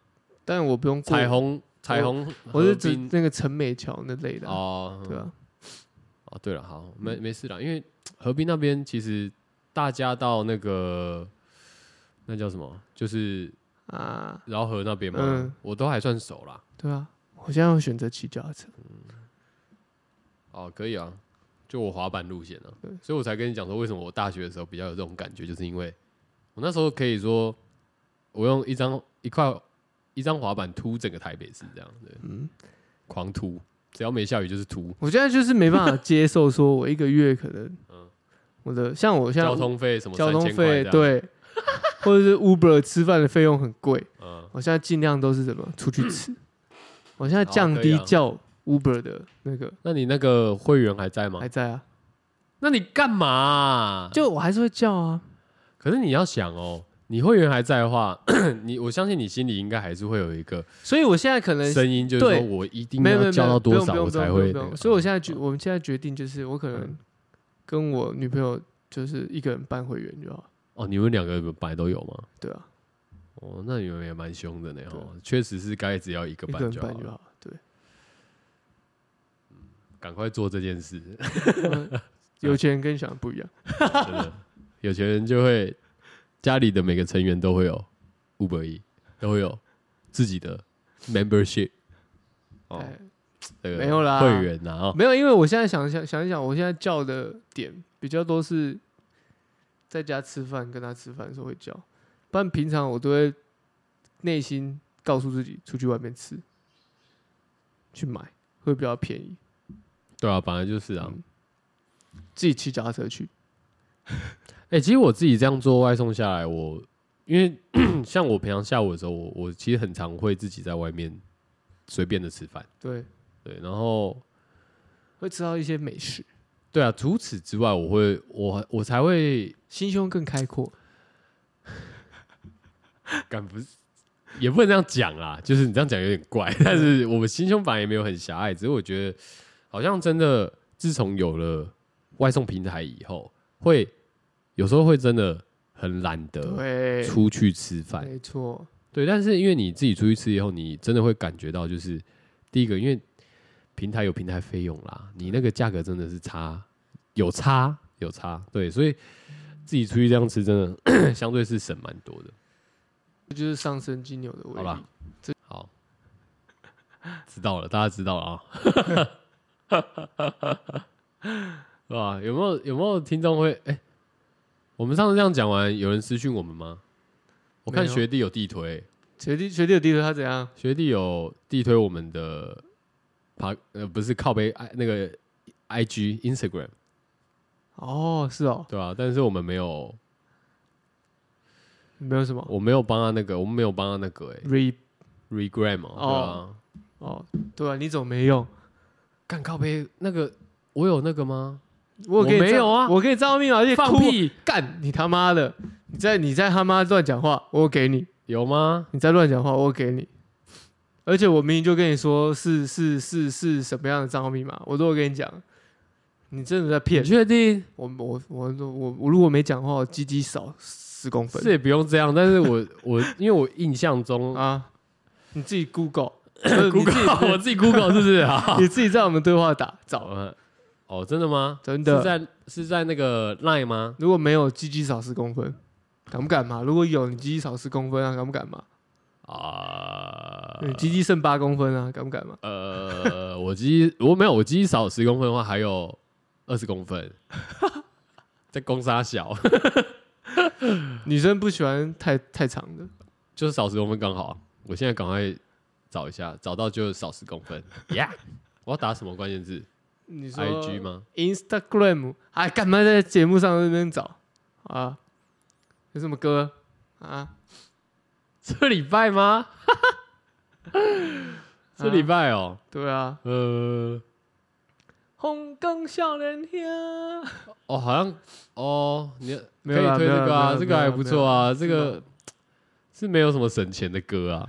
S2: 但我不用过
S1: 彩，虹彩虹，
S2: 我是指那个陈美桥那类的啊，
S1: 哦，
S2: 对啊，
S1: 哦，对了，好，没
S2: 嗯
S1: 没事啦，因为河滨那边其实大家到那个那叫什么，就是
S2: 啊，
S1: 饶河那边嘛，
S2: 嗯
S1: 我都还算熟啦。
S2: 对啊，我现在会选择骑脚踏车，
S1: 哦，可以啊，就我滑板路线啊，所以我才跟你讲说，为什么我大学的时候比较有这种感觉，就是因为我那时候可以说，我用一张一块一张滑板秃整个台北市这样，对，
S2: 嗯
S1: 狂秃，只要没下雨就是秃，
S2: 我现在就是没办法接受，说我一个月可 <laughs> 能，我的像我现在
S1: 交通费什么
S2: 嗯交通
S1: 3000块这
S2: 费
S1: 样，
S2: 对， <laughs> 或者是 Uber 吃饭的费用很贵，
S1: 嗯，
S2: 我现在尽量都是怎么出去吃， <clears throat> 我现在降
S1: 哦可以
S2: 低
S1: 啊
S2: 叫 Uber 的那个
S1: 那你那个会员还在吗
S2: 还？在啊，
S1: 那你干嘛啊、
S2: 就我还是会叫啊，
S1: 可是你要想哦，你会员还在的话， <clears throat> 你我相信你心里应该还是会有一个
S2: 所以我现在可能
S1: 声音，就是说
S2: 对
S1: 我一定
S2: 没有没
S1: 要
S2: 有
S1: 交到
S2: 没有
S1: 多
S2: 不
S1: 少
S2: 用
S1: 我
S2: 不用
S1: 才
S2: 不用
S1: 会
S2: 不
S1: 那
S2: 用
S1: 个。
S2: 所以我现在决我们现在决定就是我可能跟我女朋友就是一个人办会员就好，
S1: 哦，你们两个本来都有吗？
S2: 对啊，
S1: 哦，那你们也蛮凶的呢哦，确实是该只要一个
S2: 一个
S1: 班
S2: 人
S1: 就好
S2: 办就
S1: 了，
S2: 好，对，
S1: 赶快做这件事，
S2: 有钱人跟想的不一样，
S1: 哦真的， <laughs> 有钱人就会家里的每个成员都会有五百亿，都会有自己的 membership，哦，
S2: 哎，
S1: 这个
S2: 没有啦
S1: 会员呐哦，
S2: 没有，因为我现在想想想一想，我现在叫的点比较多是在家吃饭，跟他吃饭的时候会叫，不然平常我都会内心告诉自己出去外面吃，去买会比较便宜，
S1: 对啊，本来就是啊，
S2: 嗯自己骑脚踏车去。
S1: 哎、其实我自己这样做外送下来，我因为 <coughs> 像我平常下午的时候，我我其实很常会自己在外面随便的吃饭，
S2: 对，
S1: 对，然后
S2: 会吃到一些美食，
S1: 对啊，除此之外，我会我我才会
S2: 心胸更开阔。
S1: 敢不是也不能这样讲啦，就是你这样讲有点怪，但是我们心胸反而也没有很狭隘，只是我觉得好像真的自从有了外送平台以后，会有时候会真的很懒得
S2: 对，
S1: 呃出去吃饭，
S2: 没错，
S1: 对，但是因为你自己出去吃以后，你真的会感觉到，就是第一个，因为平台有平台费用啦，你那个价格真的是差有差有差，对，所以自己出去这样吃，真的 <coughs> 相对是省蛮多的。
S2: 这就是上升金牛的
S1: 好
S2: 威
S1: 啦
S2: 力。，
S1: 好，知道了，大家知道了啊。 <laughs> 对吧？有没有有没有听众会？哎、我们上次这样讲完，有人私讯我们吗？我看
S2: 没有
S1: 学弟有地推、
S2: 学弟学弟有弟弟他怎样？
S1: 学弟有地推我们的爬呃不是靠背 i 那个 i g Instagram
S2: 哦，是哦，
S1: 对吧、啊但是我们没有，
S2: 没有什么
S1: 我没有帮他那个，我们没有帮他那个哎、
S2: re
S1: regram 哦，对吧、
S2: 哦哦，对啊，你怎么没用？
S1: 干靠背那个我有那个吗？
S2: 我可以
S1: 我没
S2: 账
S1: 有啊
S2: 我可以账号密码，而且
S1: 放
S2: 哭
S1: 屁
S2: 干你他妈的！你在你在他妈乱讲话，我给你；
S1: 有吗？
S2: 你再乱讲话，我给你。而且我明明就跟你说是是是是什么样的账号密码，我都有跟你讲，你真的在
S1: 你
S2: 骗
S1: 确定？
S2: 我我我我我如果没讲话，我鸡鸡少十公分
S1: 是也不用这样，但是我 <laughs> 我因为我印象中
S2: 啊！你自己
S1: <coughs>
S2: Google，不是
S1: Google <laughs> 我自己 Google 是不
S2: <laughs>
S1: 是啊？
S2: 你自己你自己在我们对话打找，
S1: 好哦，真的吗？
S2: 真
S1: 是
S2: 的。
S1: 在是在那个 Line 吗？
S2: 如果没有鸡鸡少十公分，敢不敢嘛？如果有你鸡鸡少十公分啊，敢不敢嘛？
S1: 啊、
S2: 嗯，鸡鸡剩八公分啊，敢不敢嘛？
S1: 呃，我鸡我没有，我鸡少十公分的话，还有二十公
S2: <laughs>
S1: 分，在公沙小，
S2: 女生不喜欢太太长的，
S1: 就是少十公分刚好啊。我现在赶快找一下，找到就少十公分。Yeah，我要打什么关键字
S2: 你说
S1: ？IG 吗？
S2: Instagram 还干嘛在节目上那边找啊？有什么歌啊？
S1: 这礼拜吗？ <laughs> 这礼拜哦，
S2: 对啊，
S1: 呃，
S2: 红光少年
S1: <laughs>
S2: 兄，
S1: 哦，好像哦，你可
S2: 没
S1: 以
S2: 有啦
S1: 推这个
S2: 没有啦没有
S1: 啊，
S2: 啦
S1: 这个还不错啊，这
S2: 有啦
S1: 个是没有什么省钱的歌
S2: <laughs>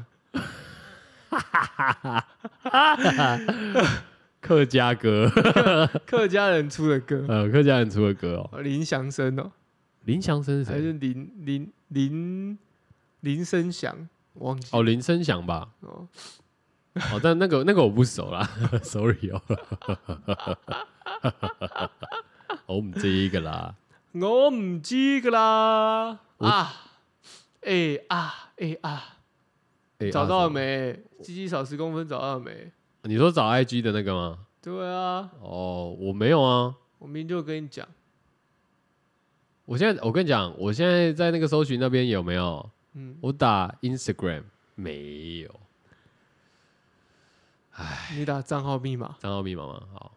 S1: 啊，客家歌， <laughs>
S2: 客家人出的歌，
S1: 呃，客家人出的歌哦，
S2: 林祥生哦，
S1: 林祥生是
S2: 还
S1: 谁？
S2: 是林林林林声祥，我忘记
S1: 哦，林声祥吧。
S2: 哦，
S1: 哦，但那个那个我不熟啦 <laughs> ，sorry 哦。哦我们这一个啦，
S2: 我唔知噶啦
S1: 我
S2: 啊，哎啊哎啊，
S1: 哎
S2: 找到了？
S1: 啊
S2: 没？鸡鸡少十公分找到了没？
S1: 什么你说找 IG 的那个吗？
S2: 对啊，
S1: 哦，我没有啊。
S2: 我明天就跟你讲，
S1: 我现在我跟你讲，我现在在那个搜寻那边有没有？
S2: 嗯，
S1: 我打 Instagram 没有
S2: 你打账号密码，
S1: 账号密码吗？好，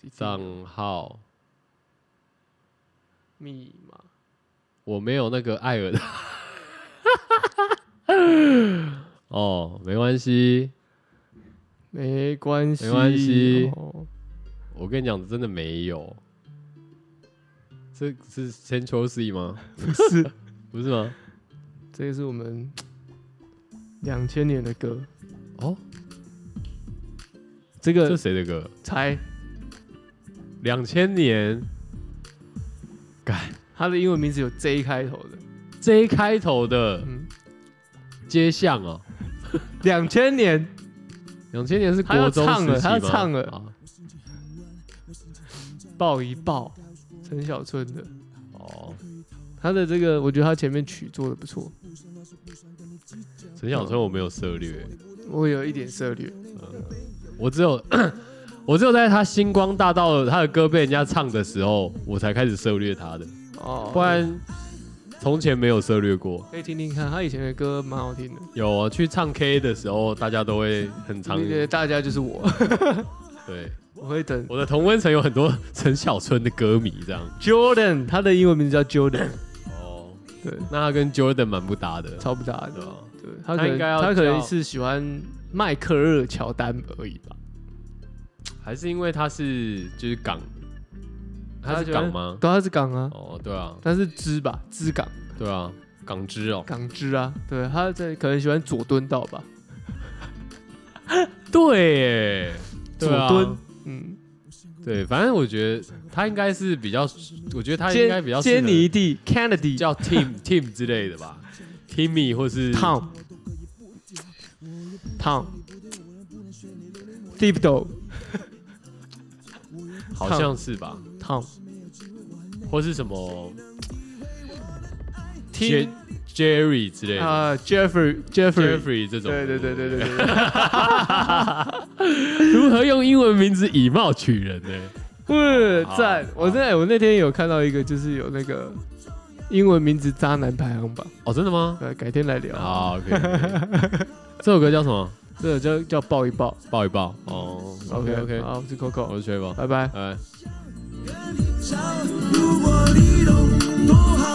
S2: 弟弟
S1: 账号
S2: 密码，
S1: 我没有那个艾尔的。 <laughs> 哦，没关系，
S2: 没关系，
S1: 没关系
S2: 哦
S1: 我跟你讲，真的没有。这是 Central C 吗？
S2: 不是， <laughs>
S1: 不是吗？
S2: 这个是我们两千年的歌，
S1: 哦，这
S2: 这个
S1: 是谁的歌？
S2: 才
S1: 两千年
S2: 它的英文名字有 J 开头的，
S1: J 开头的
S2: 嗯，
S1: 街巷哦，
S2: 两千年
S1: 两千年是
S2: 他要
S1: 国中
S2: 唱了
S1: 时期
S2: 他要
S1: 吗
S2: 唱了
S1: 啊
S2: 抱一抱，陈小春的，
S1: 哦，
S2: 他的这个我觉得他前面曲做的不错，
S1: 陈小春我没有涉猎，
S2: 我有一点涉略，
S1: 我只有 <clears throat> 我只有在他星光大道他的歌被人家唱的时候，我才开始涉猎他的，
S2: 哦，
S1: 不然从前没有涉猎过。
S2: 可以听听看，他以前的歌蛮好听的，
S1: 有啊，去唱 K 的时候，大家都会很常
S2: 那个大家就是我， <laughs>
S1: 对
S2: 我会等
S1: 我的同温层有很多 <laughs> 陈小春的歌迷这样。
S2: <laughs> Jordan，他的英文名字叫 Jordan，
S1: 哦，
S2: 对，
S1: 那他跟 Jordan 蛮不搭的，
S2: 超不搭
S1: 对啊
S2: 的，
S1: 吧？
S2: 对哦他
S1: 他
S2: 可
S1: 应
S2: 能
S1: 该要
S2: 他可能
S1: 叫
S2: 是喜欢迈克尔乔丹而已吧，
S1: 还是因为他是就是港，他
S2: 他
S1: 是
S2: 喜欢
S1: 港吗？
S2: 对，他是港啊，
S1: 哦，对啊，
S2: 他是支吧，支港
S1: 对啊，港之哦，
S2: 港支啊，对，他在可能喜欢左敦道吧，
S1: 对耶，
S2: 左
S1: 对啊
S2: 敦，嗯，
S1: 对，反正我觉得他应该是比较，我觉得他应该比较适合
S2: 坚尼地 Kennedy
S1: 叫 Tim
S2: <laughs>
S1: Tim 之类的吧，Timmy 或是
S2: Tom Tom Thibodeau
S1: 好像是吧，
S2: Tom
S1: 或是什么 Je-
S2: Tim
S1: Jerry 之类的、
S2: 啊 Jeffrey Jeffrey
S1: Jeffrey 这种，
S2: 对对对对对
S1: 对，
S2: 对对， <laughs>
S1: 如何用英文名字以貌取人呢？
S2: 嗯
S1: 好
S2: 赞！我在我那天有看到一个，就是有那个英文名字渣男排行榜，
S1: 哦，真的吗？
S2: 呃，改天来聊。
S1: 好，OK，, o k <laughs> 这首歌叫什么？
S2: 这个叫叫抱一抱
S1: 抱一抱哦
S2: ，OK
S1: OK，
S2: 好，我是
S1: 我
S2: 啊
S1: 哎是 t r
S2: Coco，拜拜。
S1: 哎。
S3: 如果你懂多好。